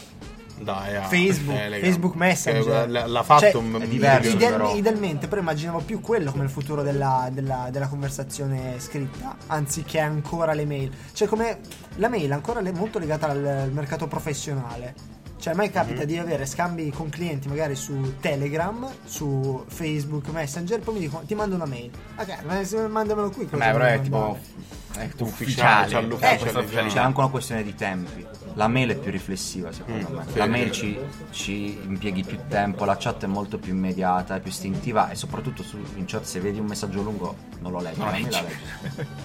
Speaker 3: Dai, ha
Speaker 4: Facebook,
Speaker 3: Telegram.
Speaker 4: Facebook Messenger
Speaker 3: Eh, L'ha l'ha fatto
Speaker 4: Cioè,
Speaker 3: un
Speaker 5: è diverso,
Speaker 3: milione.
Speaker 4: Ideal-
Speaker 5: però.
Speaker 4: idealmente, però immaginavo più quello come il futuro della, della- della conversazione scritta, anziché ancora le mail. Cioè, come la mail è ancora le- molto legata al, al mercato professionale. Cioè, mai capita
Speaker 3: Mhm.
Speaker 4: di avere scambi con clienti magari su Telegram, su Facebook Messenger, poi mi dicono ti mando una mail. Ok, ma se- mandamelo
Speaker 3: Eh,
Speaker 4: qui. cosa
Speaker 2: Beh, però è
Speaker 4: devo
Speaker 2: tipo.
Speaker 4: mandare?
Speaker 2: È
Speaker 3: Ufficiale, c'ha
Speaker 2: ufficiale.
Speaker 3: l'ufficiale,
Speaker 2: cioè, questa
Speaker 3: già.
Speaker 5: C'è
Speaker 2: ufficialità.
Speaker 5: anche una questione di tempi. La mail è più riflessiva, secondo
Speaker 3: Mm,
Speaker 5: me.
Speaker 3: sì.
Speaker 5: La mail ci, ci impieghi più tempo, la chat è molto più immediata, è più istintiva e soprattutto su, in chat se vedi un messaggio lungo non lo leggi.
Speaker 2: Non
Speaker 5: la
Speaker 2: lo
Speaker 5: mail la
Speaker 2: leggi.
Speaker 5: leggi.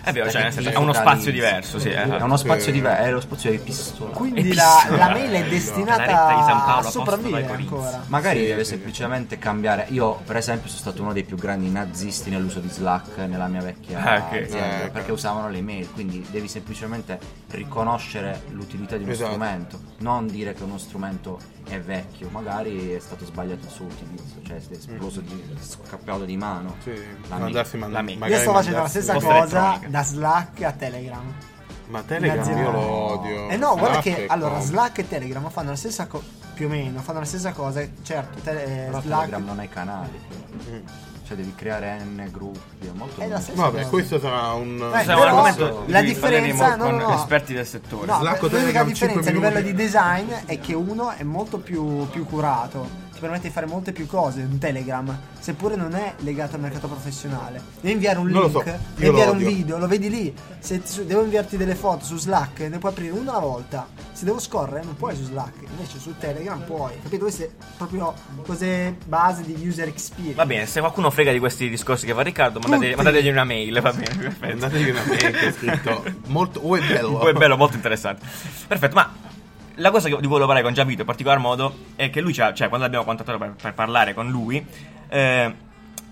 Speaker 2: È vero, cioè, nel senso,
Speaker 5: Perché
Speaker 2: è uno
Speaker 5: ti
Speaker 2: spazio
Speaker 5: focalizzi.
Speaker 2: diverso, sì. eh.
Speaker 5: È uno spazio
Speaker 3: Sì.
Speaker 5: diverso, è lo spazio dei pistolati.
Speaker 4: Quindi
Speaker 2: È
Speaker 4: la,
Speaker 2: pistola.
Speaker 4: la mail è
Speaker 2: La retta di San
Speaker 4: destinata a
Speaker 2: Paolo,
Speaker 4: sopravvivere
Speaker 2: apostolo ai Corinzi.
Speaker 4: ancora.
Speaker 5: Magari
Speaker 3: Sì,
Speaker 5: deve
Speaker 3: sì,
Speaker 5: semplicemente cambiare. Io, per esempio, sono stato uno dei più grandi nazisti nell'uso di Slack nella mia vecchia
Speaker 2: Ah, ok.
Speaker 5: azienda
Speaker 3: Eh, ok.
Speaker 5: perché usavano le mail. Quindi devi semplicemente riconoscere l'utilità di uno
Speaker 3: Esatto.
Speaker 5: strumento, non dire che uno strumento è vecchio. Magari è stato sbagliato il suo utilizzo, cioè è esploso, di, scappato di mano.
Speaker 3: Sì,
Speaker 5: La mail.
Speaker 3: mandarsi man-
Speaker 2: La mail.
Speaker 3: magari
Speaker 4: Io sto facendo la
Speaker 3: mandarsi-
Speaker 4: stessa
Speaker 2: posta
Speaker 4: cosa
Speaker 2: elettronica.
Speaker 4: da Slack a Telegram.
Speaker 3: Ma Telegram
Speaker 4: Innanzitutto-
Speaker 3: io lo odio.
Speaker 4: Eh no, guarda
Speaker 3: Slack
Speaker 4: che
Speaker 3: è
Speaker 4: allora
Speaker 3: com-
Speaker 4: Slack e Telegram fanno la stessa cosa. Più o meno, fanno la stessa cosa. Certo, tele-
Speaker 5: Però
Speaker 4: Slack
Speaker 5: Telegram non hai canali,
Speaker 3: Mm.
Speaker 5: cioè devi creare N gruppi, è molto
Speaker 4: è la
Speaker 5: lungo.
Speaker 4: stessa
Speaker 3: Vabbè,
Speaker 4: cosa. Eh.
Speaker 3: questo sarà un.
Speaker 2: Sarà
Speaker 4: Dai, però
Speaker 2: un argomento di
Speaker 4: la
Speaker 2: cui
Speaker 4: differenza
Speaker 2: parleremo
Speaker 4: no, no,
Speaker 2: con
Speaker 4: no.
Speaker 2: esperti del settore.
Speaker 4: No,
Speaker 3: Slack o
Speaker 4: l'unica
Speaker 3: Telegram,
Speaker 4: differenza a
Speaker 3: cinque
Speaker 4: livello di
Speaker 3: minuti.
Speaker 4: design è che uno è molto più, più curato, ti permette di fare molte più cose, un Telegram, seppure non è legato al mercato professionale. Devi inviare un
Speaker 3: Non lo
Speaker 4: link,
Speaker 3: so, io
Speaker 4: devi inviare
Speaker 3: lo
Speaker 4: un
Speaker 3: odio.
Speaker 4: video, lo vedi lì. Se su- devo inviarti delle foto su Slack, ne puoi aprire una alla volta. Se devo scorrere non puoi su Slack, invece su Telegram puoi. Capito? Queste proprio cose base di user experience.
Speaker 2: Va bene, se qualcuno frega di questi discorsi che fa Riccardo, mandate-
Speaker 4: Tutti.
Speaker 2: mandategli una mail, va bene, perfetto.
Speaker 3: Mandategli una mail che è scritto molto. Oh, è bello.
Speaker 2: Poi è bello, molto interessante. Perfetto, ma la cosa che- di cui volevo parlare con Gianvito in particolar modo è che lui, c'ha- cioè, quando l'abbiamo contattato per, per parlare con lui, eh,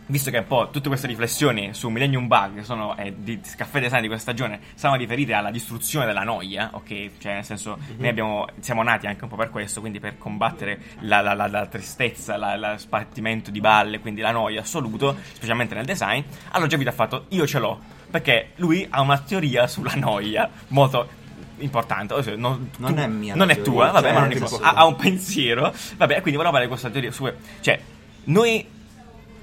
Speaker 2: Visto che un po' tutte queste riflessioni su Millennium Bug sono eh, di di caffè design di questa stagione sono riferite alla distruzione della noia, ok? Cioè, nel senso, noi abbiamo, siamo nati anche un po' per questo, quindi per combattere la, la- la- la tristezza, la, la spartimento di balle, quindi la noia assoluto, specialmente nel design. Allora Giovita ha fatto io ce l'ho, perché lui ha una teoria sulla noia molto importante. Ovvio, non,
Speaker 5: Non
Speaker 2: tu-
Speaker 5: è mia
Speaker 2: non è
Speaker 5: teoria,
Speaker 2: tua, vabbè,
Speaker 5: cioè,
Speaker 2: ma non
Speaker 5: nel
Speaker 2: importa.
Speaker 5: senso-
Speaker 2: Ha, ha un pensiero. Vabbè, quindi volevo parlare di questa teoria. su- Cioè, noi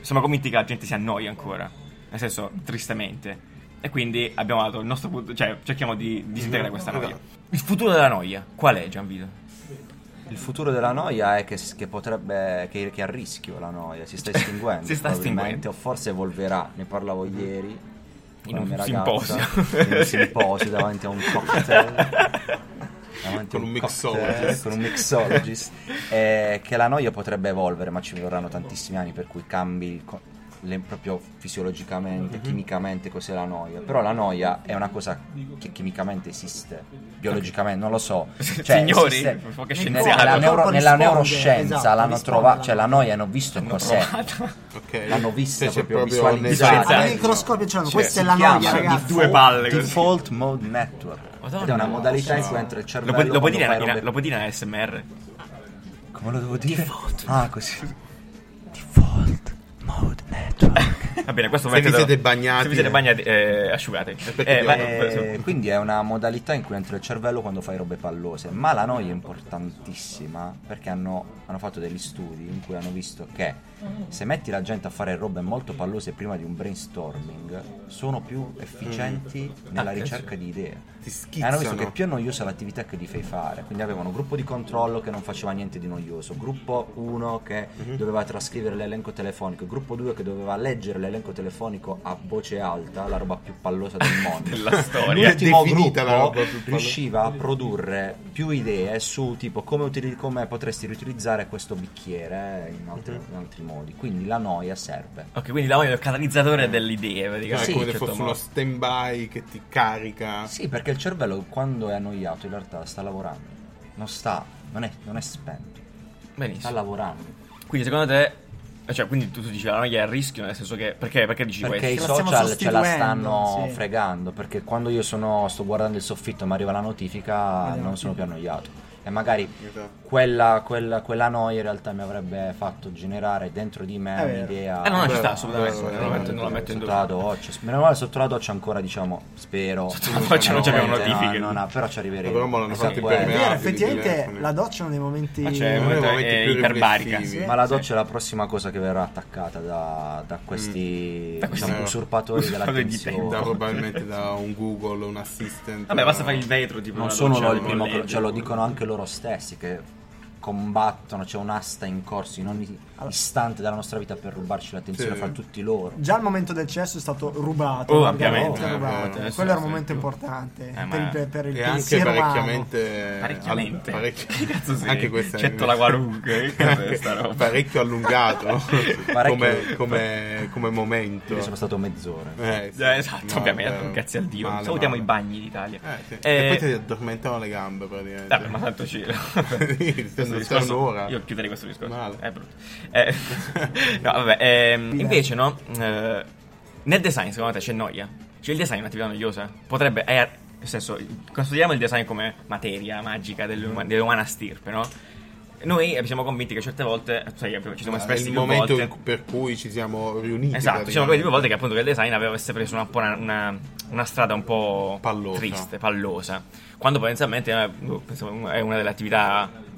Speaker 2: siamo convinti che la gente si annoia ancora. Nel senso, tristemente. E quindi abbiamo dato il nostro punto. Cioè, cerchiamo di disintegrare questa
Speaker 5: Mm-hmm.
Speaker 2: noia. Il futuro della noia, qual è, Gianvito?
Speaker 5: Il futuro della noia è che, che potrebbe. Che, che è a rischio la noia, si sta estinguendo.
Speaker 2: Cioè, Si sta
Speaker 5: probabilmente,
Speaker 2: estinguendo. Mm.
Speaker 5: O forse evolverà, ne parlavo ieri.
Speaker 2: In
Speaker 5: con
Speaker 2: un
Speaker 5: la mia ragazza,
Speaker 2: simposio.
Speaker 5: In un simposio davanti a un cocktail. davanti
Speaker 3: Con
Speaker 5: a
Speaker 3: un
Speaker 5: cocktail,
Speaker 3: mixologist.
Speaker 5: Con un mixologist. eh, che la noia potrebbe evolvere, ma ci vorranno tantissimi anni per cui cambi il co- le- proprio fisiologicamente,
Speaker 2: Mhm.
Speaker 5: chimicamente cos'è la noia. Però la noia è una cosa che chimicamente esiste, biologicamente, non lo so. Cioè,
Speaker 2: Signori,
Speaker 5: esiste-
Speaker 2: che
Speaker 5: nella,
Speaker 2: scienziato.
Speaker 5: neuro-
Speaker 4: Corpo
Speaker 5: nella
Speaker 4: risponde,
Speaker 5: neuroscienza
Speaker 4: esatto,
Speaker 5: l'hanno
Speaker 4: risponde
Speaker 5: trovata,
Speaker 4: alla
Speaker 5: cioè la noia hanno visto cos'è.
Speaker 3: Ok.
Speaker 5: L'hanno vista
Speaker 3: Se c'è
Speaker 5: proprio
Speaker 3: proprio
Speaker 5: visualizzata.
Speaker 2: Esatto.
Speaker 4: Al
Speaker 2: Esatto.
Speaker 4: microscopio c'erano,
Speaker 5: Cioè,
Speaker 4: questa è
Speaker 5: si
Speaker 4: la
Speaker 5: chiama
Speaker 4: noia, ragazzi.
Speaker 2: due palle così.
Speaker 5: Default Mode Network.
Speaker 2: Madonna,
Speaker 5: Ed è una modalità in
Speaker 2: no.
Speaker 5: cui entra il
Speaker 2: Lo,
Speaker 5: cervello.
Speaker 2: puoi- lo puoi
Speaker 5: quando
Speaker 2: dire
Speaker 5: fai
Speaker 2: in,
Speaker 5: robe-
Speaker 2: lo puoi dire in ASMR?
Speaker 5: Come lo devo dire?
Speaker 2: Default.
Speaker 5: Ah, così. Default Mode Network.
Speaker 2: Va bene, questo
Speaker 3: Se vi
Speaker 2: momento-
Speaker 3: siete bagnati-
Speaker 2: Se vi siete bagnati, eh, asciugate.
Speaker 3: Aspetta,
Speaker 2: Eh, ma-
Speaker 5: Eh, quindi è una modalità in cui entra il cervello quando fai robe pallose. Ma la noia è importantissima perché hanno, hanno fatto degli studi in cui hanno visto che se metti la gente a fare robe molto pallose prima di un brainstorming, sono più efficienti nella
Speaker 2: Ah,
Speaker 5: ricerca di idee.
Speaker 3: Ti
Speaker 5: E Eh, hanno visto che è
Speaker 3: schizzano.
Speaker 5: più noiosa l'attività che gli fai fare. Quindi avevano un gruppo di controllo che non faceva niente di noioso, gruppo 1 che
Speaker 3: Mhm.
Speaker 5: doveva trascrivere l'elenco telefonico, gruppo 2 che doveva leggere l'elenco telefonico a voce alta, la roba più pallosa del mondo.
Speaker 2: della storia.
Speaker 5: L'ultimo
Speaker 3: definita
Speaker 5: gruppo
Speaker 3: la roba più pallosa.
Speaker 5: riusciva a produrre più idee su tipo come, utili- come potresti riutilizzare questo bicchiere in altri,
Speaker 3: Mhm.
Speaker 5: in altri modi. Quindi la noia serve.
Speaker 2: Ok, quindi la voglia è il catalizzatore delle idee,
Speaker 3: No,
Speaker 2: praticamente.
Speaker 3: è
Speaker 5: Sì,
Speaker 3: come
Speaker 2: in
Speaker 3: se
Speaker 2: certo
Speaker 3: fosse
Speaker 2: modo.
Speaker 3: uno stand by che ti carica.
Speaker 5: Sì, perché il cervello quando è annoiato in realtà sta lavorando, non sta, non è, non è spento, sta
Speaker 2: Benissimo.
Speaker 5: lavorando.
Speaker 2: Quindi secondo te... Cioè, quindi tu, tu dici la noia è a rischio, nel senso che... Perché, perché dici
Speaker 5: Perché i
Speaker 2: questo?
Speaker 4: la stiamo
Speaker 5: social ce la stanno
Speaker 4: sostituendo, sì.
Speaker 5: fregando, perché quando io sono, sto guardando il soffitto e mi arriva la notifica
Speaker 4: Vediamo.
Speaker 5: non sono più annoiato. E magari
Speaker 3: Esatto.
Speaker 5: quella, quella- quella noia in realtà mi avrebbe fatto generare dentro di
Speaker 4: È
Speaker 5: me
Speaker 4: vero.
Speaker 5: un'idea...
Speaker 2: Eh no, no, ci
Speaker 3: Beh,
Speaker 2: sta, assolutamente.
Speaker 3: beh,
Speaker 2: non, lo metto, non lo metto in
Speaker 5: sotto la
Speaker 2: dubbio.
Speaker 5: doccia, meno male sotto la doccia ancora diciamo spero
Speaker 2: Sotto la doccia non c'abbiamo
Speaker 5: No,
Speaker 2: notifiche.
Speaker 5: No, no, però ci arriveremo.
Speaker 3: Però mo l'hanno
Speaker 5: Esatto,
Speaker 3: fatto
Speaker 5: quello.
Speaker 4: È
Speaker 3: impermeabile.
Speaker 4: vero,
Speaker 3: Permeabili,
Speaker 4: effettivamente
Speaker 3: telefoni.
Speaker 4: la doccia è uno dei momenti...
Speaker 2: Ma c'è,
Speaker 3: Uno dei
Speaker 2: è-
Speaker 3: momenti
Speaker 2: è
Speaker 3: più
Speaker 2: iperbarica.
Speaker 3: riflessivi.
Speaker 5: Ma la doccia è la prossima cosa che verrà attaccata da, da questi
Speaker 2: Mm. Da questi-
Speaker 5: diciamo, usurpatori
Speaker 2: usurpatori di
Speaker 5: dell'attenzione.
Speaker 3: Da, probabilmente da un Google, un assistant.
Speaker 2: Vabbè, basta fare il vetro, tipo...
Speaker 5: Non
Speaker 2: una
Speaker 5: sono
Speaker 2: doccia
Speaker 5: loro il
Speaker 2: con
Speaker 5: primo,
Speaker 2: le-
Speaker 5: pro- cioè, lo dicono anche loro stessi che combattono, c'è un'asta in corso in ogni istante della nostra vita per rubarci l'attenzione
Speaker 3: Sì.
Speaker 5: fra tutti loro.
Speaker 4: Già il momento del cesso è stato rubato.
Speaker 2: Oh,
Speaker 4: guarda,
Speaker 2: ampiamente,
Speaker 4: è
Speaker 3: eh,
Speaker 4: rubato.
Speaker 2: adesso
Speaker 4: Quello era
Speaker 2: non
Speaker 4: un
Speaker 2: so
Speaker 4: momento
Speaker 2: di più.
Speaker 4: importante
Speaker 2: Eh, ma-
Speaker 4: per, il- per- per il
Speaker 3: E anche
Speaker 4: pensiero umano.
Speaker 3: parecchiamente.
Speaker 2: Parecchiamente.
Speaker 3: eh, al- parecchio-
Speaker 2: Che cazzo sei?
Speaker 3: Anche questa. è-
Speaker 2: Cetto la qualunque, che caz'è sta roba?
Speaker 3: Parecchio allungato.
Speaker 5: Parecchio-
Speaker 3: come, come, come momento.
Speaker 5: Io sono stato mezz'ora.
Speaker 3: Eh, sì.
Speaker 2: Eh, esatto,
Speaker 3: Male,
Speaker 2: ovviamente, grazie al Dio.
Speaker 3: male,
Speaker 2: Salutiamo
Speaker 3: male.
Speaker 2: i bagni d'Italia.
Speaker 3: Eh, sì.
Speaker 2: Eh,
Speaker 3: E poi ti addormentano le gambe praticamente.
Speaker 2: Vabbè, ma tanto ci questo
Speaker 3: sono
Speaker 2: discorso-
Speaker 3: un'ora.
Speaker 2: Io chiuderei questo discorso.
Speaker 3: Male.
Speaker 2: È brutto. Eh, no, vabbè, ehm, invece, no? eh, nel design, secondo te c'è noia? Cioè, il design è un'attività noiosa? Potrebbe. È, nel senso, consideriamo il design come materia magica dell'uma- dell'umana stirpe, no? Noi eh, siamo convinti che certe volte. Cioè, ci siamo
Speaker 3: è
Speaker 2: espressi
Speaker 3: Eh, il
Speaker 2: più
Speaker 3: momento
Speaker 2: volte.
Speaker 3: in cui- per cui ci siamo riuniti.
Speaker 2: Esatto, ci siamo capiti
Speaker 3: praticamente.
Speaker 2: due volte che appunto che il design avesse preso una, una, una, una strada un po'
Speaker 3: Pallosa.
Speaker 2: triste, pallosa. Quando potenzialmente è una, penso, è una delle attività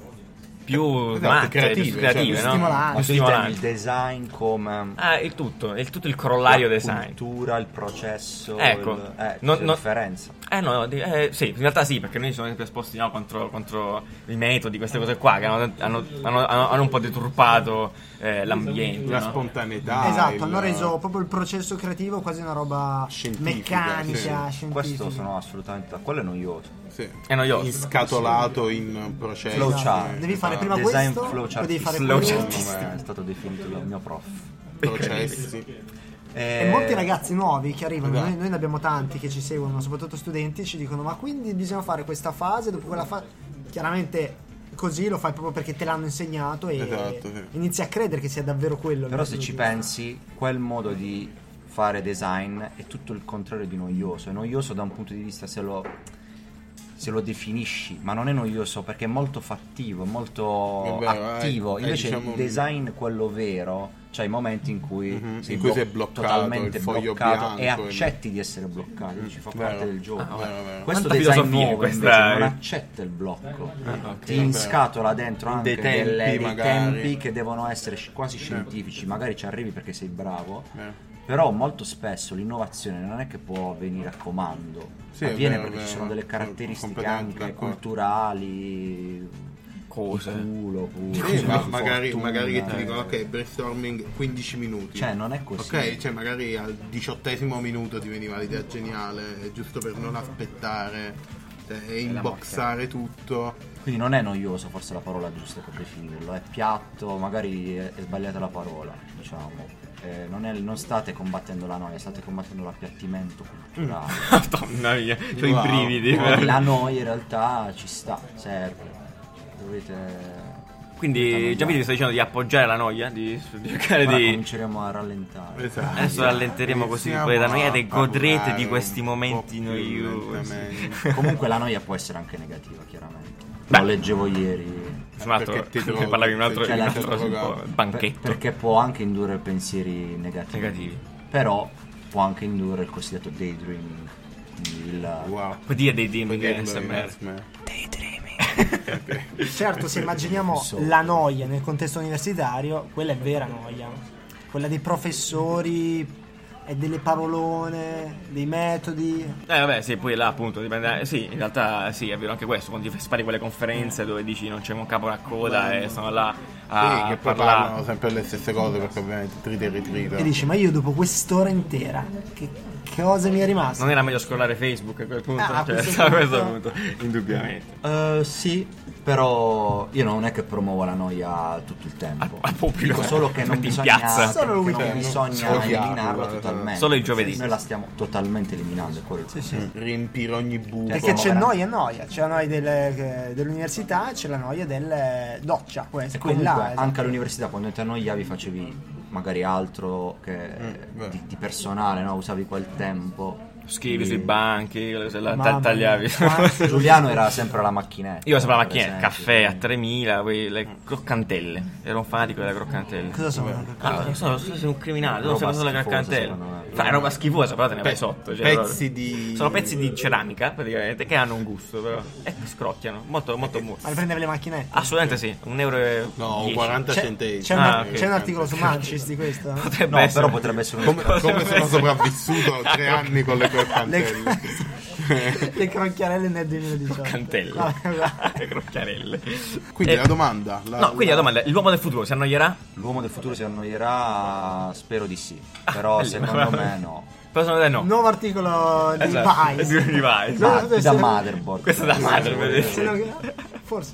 Speaker 2: più
Speaker 3: Esatto,
Speaker 2: matte,
Speaker 3: creative,
Speaker 2: più
Speaker 3: cioè,
Speaker 2: creative,
Speaker 3: più
Speaker 2: no?
Speaker 4: stimolanti.
Speaker 2: Più
Speaker 5: Ma tu
Speaker 2: stimolanti.
Speaker 5: intendi il design come
Speaker 2: Ah, il tutto, il tutto il
Speaker 5: la
Speaker 2: corollario design.
Speaker 5: cultura, il processo,
Speaker 2: Ecco.
Speaker 5: il- eh,
Speaker 2: Non-
Speaker 5: c'è
Speaker 2: non-
Speaker 5: differenza.
Speaker 2: Eh no, di- eh, sì, in realtà sì, perché noi siamo sempre esposti no, contro, contro i metodi, queste cose qua, che hanno, hanno- hanno- hanno- hanno un po' deturpato eh, l'ambiente.
Speaker 3: La
Speaker 2: no?
Speaker 3: spontaneità. il-
Speaker 4: esatto, hanno reso proprio il processo creativo quasi una roba
Speaker 3: Scientifica,
Speaker 4: meccanica,
Speaker 3: sì.
Speaker 4: scientifica.
Speaker 5: Questo sono assolutamente. Quello è noioso.
Speaker 2: Esatto.
Speaker 3: Sì.
Speaker 2: È noioso.
Speaker 3: Inscatolato in processo.
Speaker 5: Flow chart.
Speaker 3: eh,
Speaker 4: Devi fare
Speaker 3: esatto.
Speaker 4: prima- Ma
Speaker 5: design
Speaker 4: questo
Speaker 5: flowchart.
Speaker 4: lo devi fare
Speaker 2: Flow
Speaker 5: Secondo
Speaker 2: chartista.
Speaker 5: me È stato definito il mio prof. Eh,
Speaker 3: processi.
Speaker 4: E molti ragazzi nuovi che arrivano,
Speaker 3: Eh, Esatto.
Speaker 4: noi, noi ne abbiamo tanti che ci seguono, soprattutto studenti, ci dicono ma quindi bisogna fare questa fase, dopo quella fase... Chiaramente così lo fai proprio perché te l'hanno insegnato e
Speaker 3: Esatto, sì.
Speaker 4: inizi a credere che sia davvero quello. il
Speaker 5: Però se
Speaker 4: metodo
Speaker 5: ci
Speaker 4: giusto.
Speaker 5: pensi, quel modo di fare design è tutto il contrario di noioso. È noioso da un punto di vista se lo, se lo definisci, ma non è noioso perché è molto fattivo, è molto
Speaker 3: Vabbè, eh,
Speaker 5: attivo.
Speaker 3: eh,
Speaker 5: Invece
Speaker 3: diciamo-
Speaker 5: il design, quello vero, cioè i momenti in cui
Speaker 3: Mhm,
Speaker 5: sei,
Speaker 3: in cui
Speaker 5: blo-
Speaker 3: sei bloccato,
Speaker 5: totalmente
Speaker 3: il foglio
Speaker 5: bloccato e
Speaker 3: bianco, il-
Speaker 5: accetti di essere bloccato, ci fa
Speaker 3: Vero. Ah,
Speaker 5: parte del
Speaker 3: Vero,
Speaker 5: gioco.
Speaker 3: vero.
Speaker 2: Quanta
Speaker 5: Questo design
Speaker 2: filosofia
Speaker 5: nuovo
Speaker 2: questa,
Speaker 5: invece non
Speaker 2: eh.
Speaker 5: accetta il blocco, ti
Speaker 3: Vabbè.
Speaker 5: inscatola dentro anche
Speaker 2: Dei tempi,
Speaker 5: delle- dei
Speaker 3: magari.
Speaker 5: tempi che devono essere sci- quasi scientifici, magari ci arrivi perché sei bravo,
Speaker 3: Eh.
Speaker 5: però molto spesso l'innovazione non è che può avvenire a comando,
Speaker 3: Sì, è
Speaker 5: avviene
Speaker 3: vero,
Speaker 5: perché
Speaker 3: è certo.
Speaker 5: ci
Speaker 3: vero.
Speaker 5: sono delle
Speaker 3: Sono
Speaker 5: caratteristiche
Speaker 3: completamente
Speaker 5: anche
Speaker 3: d'accordo.
Speaker 5: culturali,
Speaker 2: Cose.
Speaker 5: di culo, pure,
Speaker 3: Sì, ma
Speaker 5: di
Speaker 3: magari,
Speaker 5: fortuna,
Speaker 3: magari che ti
Speaker 5: eh.
Speaker 3: dicono ok brainstorming 15 minuti
Speaker 5: Cioè, non è così.
Speaker 3: ok cioè magari al diciottesimo minuto ti veniva l'idea geniale è giusto per non aspettare cioè, e
Speaker 5: la
Speaker 3: inboxare tutto
Speaker 5: Quindi non è noioso, forse la parola giusta per definirlo, è piatto, magari è, è sbagliata la parola, diciamo. Eh, non, è- non state combattendo la noia, state combattendo l'appiattimento
Speaker 3: Mm.
Speaker 5: culturale.
Speaker 2: Madonna mia, sono
Speaker 3: Wow.
Speaker 2: i brividi.
Speaker 5: Poi la noia in realtà ci sta, serve. Dovete...
Speaker 2: Quindi, già mi stai dicendo di appoggiare la noia? Di di cercare
Speaker 5: Ora
Speaker 2: di.
Speaker 5: cominceremo a rallentare.
Speaker 3: Esatto.
Speaker 2: Adesso rallenteremo così
Speaker 3: Iniziamo
Speaker 2: voi da noi e
Speaker 3: a
Speaker 2: godrete
Speaker 3: parlare
Speaker 2: di questi
Speaker 3: un po'
Speaker 2: momenti
Speaker 3: più
Speaker 2: noiosi.
Speaker 3: lentamente.
Speaker 5: Comunque la noia può essere anche negativa, chiaramente.
Speaker 2: Beh.
Speaker 5: Lo leggevo ieri.
Speaker 2: Su un altro,
Speaker 3: Perché ti trovo-
Speaker 2: parlavi di un altro,
Speaker 3: perché
Speaker 2: di un
Speaker 5: la
Speaker 2: altro
Speaker 3: trovo-
Speaker 2: un po'
Speaker 5: Per-
Speaker 2: banchetto.
Speaker 5: perché può anche indurre pensieri negativi.
Speaker 2: Negativi.
Speaker 5: Però può anche indurre il cosiddetto daydreaming. quindi il-
Speaker 3: wow
Speaker 2: Puoi dire dei dimmi
Speaker 3: Perché
Speaker 2: che
Speaker 3: quello
Speaker 2: SMR.
Speaker 3: è-
Speaker 4: Certo, se immaginiamo
Speaker 5: So.
Speaker 4: la noia nel contesto universitario, quella è vera noia. Quella dei professori e delle parolone, dei metodi.
Speaker 2: Eh vabbè sì, poi là appunto dipende, eh, sì in realtà sì è vero anche questo, quando ti spari quelle conferenze dove dici non c'è un capo una coda e sono là a
Speaker 3: sì, che poi
Speaker 2: parlare.
Speaker 3: parlano sempre le stesse cose perché ovviamente trita e ritrita
Speaker 4: E dici, ma io dopo quest'ora intera, che cosa mi è rimasto?
Speaker 2: Non era meglio scrollare Facebook a quel punto?
Speaker 4: Ah, a
Speaker 2: cioè,
Speaker 4: questo
Speaker 2: a questo
Speaker 4: punto.
Speaker 2: punto, indubbiamente.
Speaker 5: Eh, sì, però io non è che promuovo la noia tutto il tempo.
Speaker 2: Al- al pubblico.
Speaker 5: Dico solo che non
Speaker 2: In
Speaker 5: bisogna,
Speaker 2: piazza.
Speaker 5: che
Speaker 4: Solo il
Speaker 5: non
Speaker 4: weekend.
Speaker 5: bisogna
Speaker 3: Solo il fiato,
Speaker 5: eliminarla
Speaker 3: eh,
Speaker 5: totalmente.
Speaker 2: solo il giovedì.
Speaker 5: Noi la stiamo totalmente eliminando. è quello il
Speaker 4: Sì, sì.
Speaker 3: Mm, riempire ogni buco
Speaker 4: Perché
Speaker 5: Ecco,
Speaker 4: Cioè, c'è
Speaker 5: ma-
Speaker 4: noia e noia, c'è la noia del- che- dell'università, c'è la noia del eh, doccia, questa,
Speaker 5: E comunque
Speaker 4: quella. esatto.
Speaker 5: anche all'università quando ti annoiavi facevi magari altro che
Speaker 3: Mm, beh.
Speaker 5: di, di personale, no? usavi quel tempo.
Speaker 2: Scrivi
Speaker 5: Quindi-
Speaker 2: sui banchi, le- se la
Speaker 4: Mamma
Speaker 2: ta-
Speaker 4: mia,
Speaker 2: tagliavi.
Speaker 4: quanto-
Speaker 5: Giuliano era sempre alla macchinetta.
Speaker 2: Io sembrava
Speaker 5: per
Speaker 2: macchina,
Speaker 5: esempio.
Speaker 2: caffè a 3000, poi le croccantelle. Ero un fanatico delle croccantelle.
Speaker 4: Cosa sono?
Speaker 2: Ah, non so, non so se sei un criminale, non
Speaker 5: Roba
Speaker 2: so solo le
Speaker 5: schifosa,
Speaker 2: croccantelle.
Speaker 5: secondo me.
Speaker 2: Fa è roba schifosa, però te ne vai
Speaker 3: Pe-
Speaker 2: sotto. cioè,
Speaker 3: pezzi
Speaker 2: proprio.
Speaker 3: di-
Speaker 2: Sono pezzi di ceramica, praticamente, che hanno un gusto, però. E scrocchiano, molto, molto, molto.
Speaker 4: Ma le prendevi le macchinette?
Speaker 2: Assolutamente sì, un euro e
Speaker 3: no
Speaker 2: 10.
Speaker 3: 40
Speaker 4: C'è,
Speaker 3: centesimi
Speaker 4: c'è un,
Speaker 2: Ah,
Speaker 4: c'è
Speaker 2: ok.
Speaker 4: un articolo su Manchis di questo?
Speaker 2: Potrebbe
Speaker 5: No,
Speaker 2: essere.
Speaker 5: però potrebbe essere un
Speaker 3: come, come sono sopravvissuto a tre anni con le
Speaker 4: le,
Speaker 3: croccantelle
Speaker 4: le crocchiarelle nel 2018.
Speaker 2: Croccantelle.
Speaker 4: Ah, esatto.
Speaker 2: Crocchiarelle.
Speaker 3: quindi
Speaker 2: Eh,
Speaker 3: la domanda la-
Speaker 2: No, quindi la domanda è, l'uomo del futuro si annoierà?
Speaker 5: L'uomo del futuro si annoierà, spero di sì. Però
Speaker 2: Ah,
Speaker 5: secondo
Speaker 2: allora.
Speaker 5: me no.
Speaker 2: Però secondo te no.
Speaker 4: Nuovo articolo di
Speaker 2: Esatto,
Speaker 4: Vice.
Speaker 2: di Vice.
Speaker 4: No,
Speaker 5: Ma-
Speaker 4: deve
Speaker 5: Ah, da
Speaker 4: essere-
Speaker 5: motherboard.
Speaker 2: Questo è da madre,
Speaker 4: Se
Speaker 2: vedete.
Speaker 4: no che- Forse.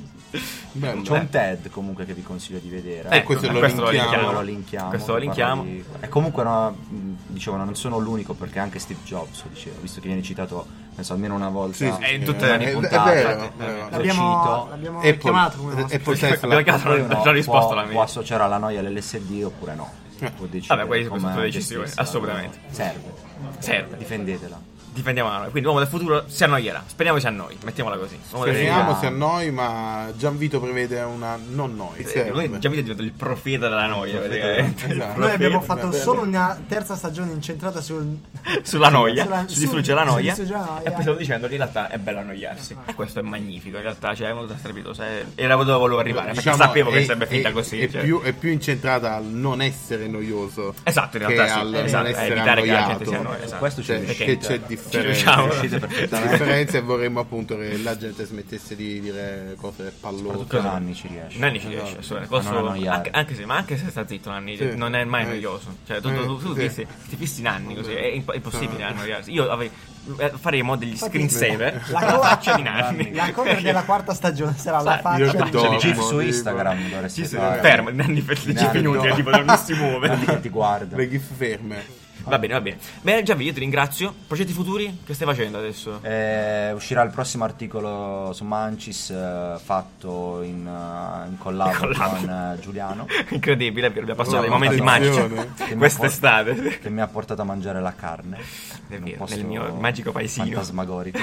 Speaker 3: Bello.
Speaker 5: C'è un TED comunque che vi consiglio di vedere.
Speaker 2: Eh,
Speaker 3: questo
Speaker 2: eh,
Speaker 3: lo linkiamo.
Speaker 5: Questo lo linkiamo.
Speaker 2: Questo lo
Speaker 5: che parla
Speaker 2: linkiamo.
Speaker 5: di- E comunque, no, mh, dicevo, non sono l'unico perché anche Steve Jobs lo diceva, visto che viene citato penso, almeno una volta.
Speaker 3: Sì, sì,
Speaker 2: È in
Speaker 3: sì,
Speaker 2: tutte
Speaker 3: è-
Speaker 2: le
Speaker 3: è- è
Speaker 2: puntate.
Speaker 3: vero,
Speaker 5: Cioè,
Speaker 2: Eh,
Speaker 3: vero.
Speaker 5: Lo
Speaker 4: L'abbiamo,
Speaker 5: cito.
Speaker 4: l'abbiamo
Speaker 3: Apple.
Speaker 4: chiamato come
Speaker 3: Apple
Speaker 4: nostro.
Speaker 3: Tesla.
Speaker 2: Perché-
Speaker 5: Poi
Speaker 2: Non
Speaker 5: uno
Speaker 2: ci ha risposto
Speaker 5: può,
Speaker 2: la mia. Eh,
Speaker 5: può associare alla noia l'LSD oppure no. Può decidere
Speaker 2: Vabbè, quelle sono
Speaker 5: come
Speaker 2: state decisioni,
Speaker 5: gestirsi la
Speaker 2: assolutamente.
Speaker 5: noia. Serve.
Speaker 2: Serve.
Speaker 5: Difendetela.
Speaker 2: Difendiamo la noi. Quindi l'uomo del futuro si annoierà. Speriamo si annoi. Mettiamola così. L'uomo del futuro-
Speaker 3: speriamo sia noi ma Gianvito prevede una non noi
Speaker 2: Eh, Lui già mi è diventato il profeta della noia. praticamente.
Speaker 3: esatto.
Speaker 2: Il
Speaker 3: Noi
Speaker 4: Noi
Speaker 2: profeta.
Speaker 4: abbiamo fatto solo una terza stagione incentrata sul...
Speaker 2: Sulla noia,
Speaker 4: Sulla-
Speaker 2: si distrugge
Speaker 4: su-
Speaker 2: la
Speaker 4: si
Speaker 2: noia.
Speaker 4: distrugge la noia.
Speaker 2: E poi stavo dicendo che in realtà è bello annoiarsi. E questo è magnifico. In realtà, cioè, è molto strepitoso. eh. Era dove volevo arrivare. perché sapevo che sarebbe finita così.
Speaker 3: Diciamo
Speaker 2: cioè.
Speaker 3: è, più, è più incentrata al non essere noioso
Speaker 2: Esatto, in
Speaker 3: che
Speaker 2: realtà sì.
Speaker 3: al
Speaker 2: Esatto,
Speaker 3: non
Speaker 2: è
Speaker 3: essere
Speaker 2: evitare che la
Speaker 3: annoiato
Speaker 2: gente si annoi. Esatto.
Speaker 5: Questo ci
Speaker 3: Cioè,
Speaker 5: riuscite.
Speaker 3: che c'è differenza
Speaker 2: riusciamo.
Speaker 5: Riuscite perfettamente.
Speaker 3: differenza e vorremmo appunto che la gente smettesse di dire cose pallose
Speaker 5: Soprattutto Nanni ci riesce.
Speaker 2: Nanni ci riesce, assolutamente. cioè, Posso-
Speaker 5: Ma Cioè, non annoiare.
Speaker 2: anche, anche se, ma anche se sta zitto Nanni, cioè,
Speaker 3: Sì.
Speaker 2: non è mai
Speaker 3: Eh.
Speaker 2: noioso. Cioè, tu,
Speaker 3: Eh,
Speaker 2: tu, tu
Speaker 3: sì.
Speaker 2: ti fissi- ti fissi Nanni così, è imp- impossibile
Speaker 3: Ah.
Speaker 2: annoiarsi. Io avrei, eh, faremo degli screensaver
Speaker 4: La
Speaker 2: la
Speaker 4: co-
Speaker 2: faccia di Nanni.
Speaker 4: La cover della quarta stagione sarà la
Speaker 2: Sai,
Speaker 3: io
Speaker 4: faccia di...
Speaker 3: do-
Speaker 5: C'è GIF
Speaker 3: Dormo,
Speaker 5: su
Speaker 3: tipo.
Speaker 5: Instagram dovresti
Speaker 2: Sì, sì,
Speaker 5: fare.
Speaker 2: fermo, Nanni per 10
Speaker 5: Nanni,
Speaker 2: minuti, eh,
Speaker 3: no.
Speaker 2: tipo non si muove.
Speaker 5: Nanni che ti guarda.
Speaker 3: le gif ferme
Speaker 2: Va bene, va bene. Bene, Giavi, io ti ringrazio. Progetti futuri? Che stai facendo adesso?
Speaker 5: Eh, uscirà il prossimo articolo su Mancis eh, fatto in, eh, in collabo,
Speaker 2: In collabo.
Speaker 5: con eh, Giuliano
Speaker 2: Incredibile, Piero, abbiamo passato
Speaker 3: Oh,
Speaker 2: dei momenti magici
Speaker 3: attenzione.
Speaker 5: Che mi ha
Speaker 2: quest'estate.
Speaker 5: por- che mi ha portato a mangiare la carne
Speaker 2: È
Speaker 5: in un
Speaker 2: vero,
Speaker 5: posto
Speaker 2: nel mio magico paesino.
Speaker 5: fantasmagorico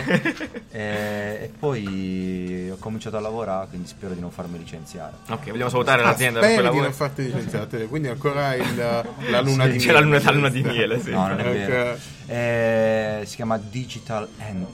Speaker 5: e, e poi ho cominciato a lavorare quindi spero di non farmi licenziare
Speaker 2: Ok, vogliamo salutare l'azienda per cui
Speaker 3: Ah, Speri di
Speaker 2: lavora.
Speaker 3: non farti licenziate, quindi ancora il, la luna
Speaker 2: Sì,
Speaker 3: di miele.
Speaker 2: c'è la luna- la luna di miele, sì.
Speaker 5: no non è
Speaker 3: Ok.
Speaker 5: vero Eh, si chiama Digital End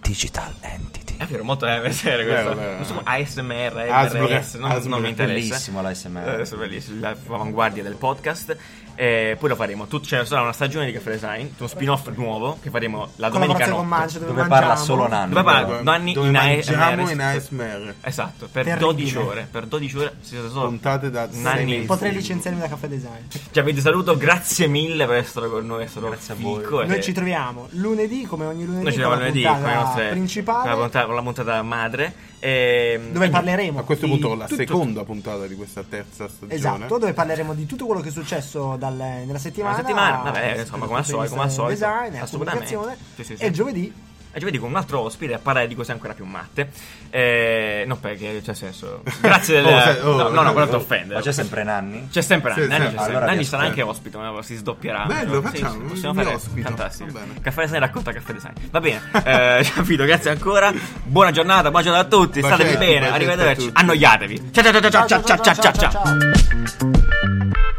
Speaker 5: Digital Entity
Speaker 2: È vero, molto eh, serio questo.
Speaker 3: Vero, vero.
Speaker 2: Insomma, ASMR,
Speaker 3: Asmr,
Speaker 2: RS, non, non mi interessa.
Speaker 5: Bellissimo l'ASMR.
Speaker 2: Eh, adesso bellissimo, l'avanguardia del podcast. E poi lo faremo. Tut- cioè, sarà una stagione di Caffè Design, uno spin-off nuovo che faremo la domenica
Speaker 4: Collaborazione
Speaker 2: notte.
Speaker 4: con Mancio dove,
Speaker 5: dove
Speaker 4: mangiamo.
Speaker 5: parla solo Nanni
Speaker 2: Dove parla?
Speaker 5: però.
Speaker 2: Nanni
Speaker 3: dove
Speaker 2: in
Speaker 3: mangiamo
Speaker 2: ASMR.
Speaker 3: in ASMR.
Speaker 2: Esatto, per
Speaker 4: Terribile.
Speaker 2: 12 ore. Per 12 ore si sono solo
Speaker 3: Puntate da sei
Speaker 2: Nanni.
Speaker 3: mesi.
Speaker 4: Potrei licenziarmi da caffè design.
Speaker 2: Ci avete saluto, grazie mille per essere con noi. È stato
Speaker 5: Grazie a
Speaker 2: fico,
Speaker 5: voi.
Speaker 2: eh.
Speaker 4: Noi ci troviamo lunedì come ogni lunedì.
Speaker 2: Noi ci vediamo
Speaker 4: con la
Speaker 2: lunedì con
Speaker 4: puntata
Speaker 2: le nostre
Speaker 4: principale
Speaker 2: con la puntata, con la puntata madre. Ehm, E,
Speaker 4: dove
Speaker 2: e
Speaker 4: parleremo
Speaker 3: A questo
Speaker 4: di
Speaker 3: punto la
Speaker 4: tutto-
Speaker 3: seconda puntata di questa terza stagione.
Speaker 4: Esatto, dove parleremo di tutto quello che è successo dal- nella settimana.
Speaker 2: Nella settimana, vabbè, insomma, come al solito, come al solito,
Speaker 4: Design, la
Speaker 2: assolutamente.
Speaker 4: comunicazione.
Speaker 2: Sì, sì, sì.
Speaker 4: E giovedì
Speaker 2: E giovedì con un altro ospite a parlare di cose ancora più matte. Eh, no, perché c'è senso. Grazie del.
Speaker 3: Oh, se- oh,
Speaker 2: no, no, no,
Speaker 3: oh,
Speaker 2: quello ti
Speaker 3: oh.
Speaker 2: offende.
Speaker 5: ma c'è sempre Nanni
Speaker 2: C'è sempre
Speaker 3: Sì,
Speaker 2: Nanni, Nanni,
Speaker 3: sì,
Speaker 2: c'è sempre.
Speaker 5: allora
Speaker 2: Nanni
Speaker 5: vi
Speaker 2: sarà anche ospite,
Speaker 5: aspetto.
Speaker 2: ma si sdoppierà.
Speaker 3: Bello, facciamo,
Speaker 2: possiamo
Speaker 3: un
Speaker 2: fare
Speaker 3: ospite,
Speaker 2: fantastico.
Speaker 3: va bene.
Speaker 2: Caffè Design racconta Caffè Design. Va bene, eh, capito, grazie ancora. Buona giornata, buona giornata a tutti,
Speaker 3: Bacetti,
Speaker 2: statevi bene,
Speaker 3: bacetti certo, a
Speaker 2: arrivederci.
Speaker 3: tutti.
Speaker 2: Annoiatevi. ciao ciao ciao ciao ciao ciao ciao. ciao.
Speaker 4: ciao.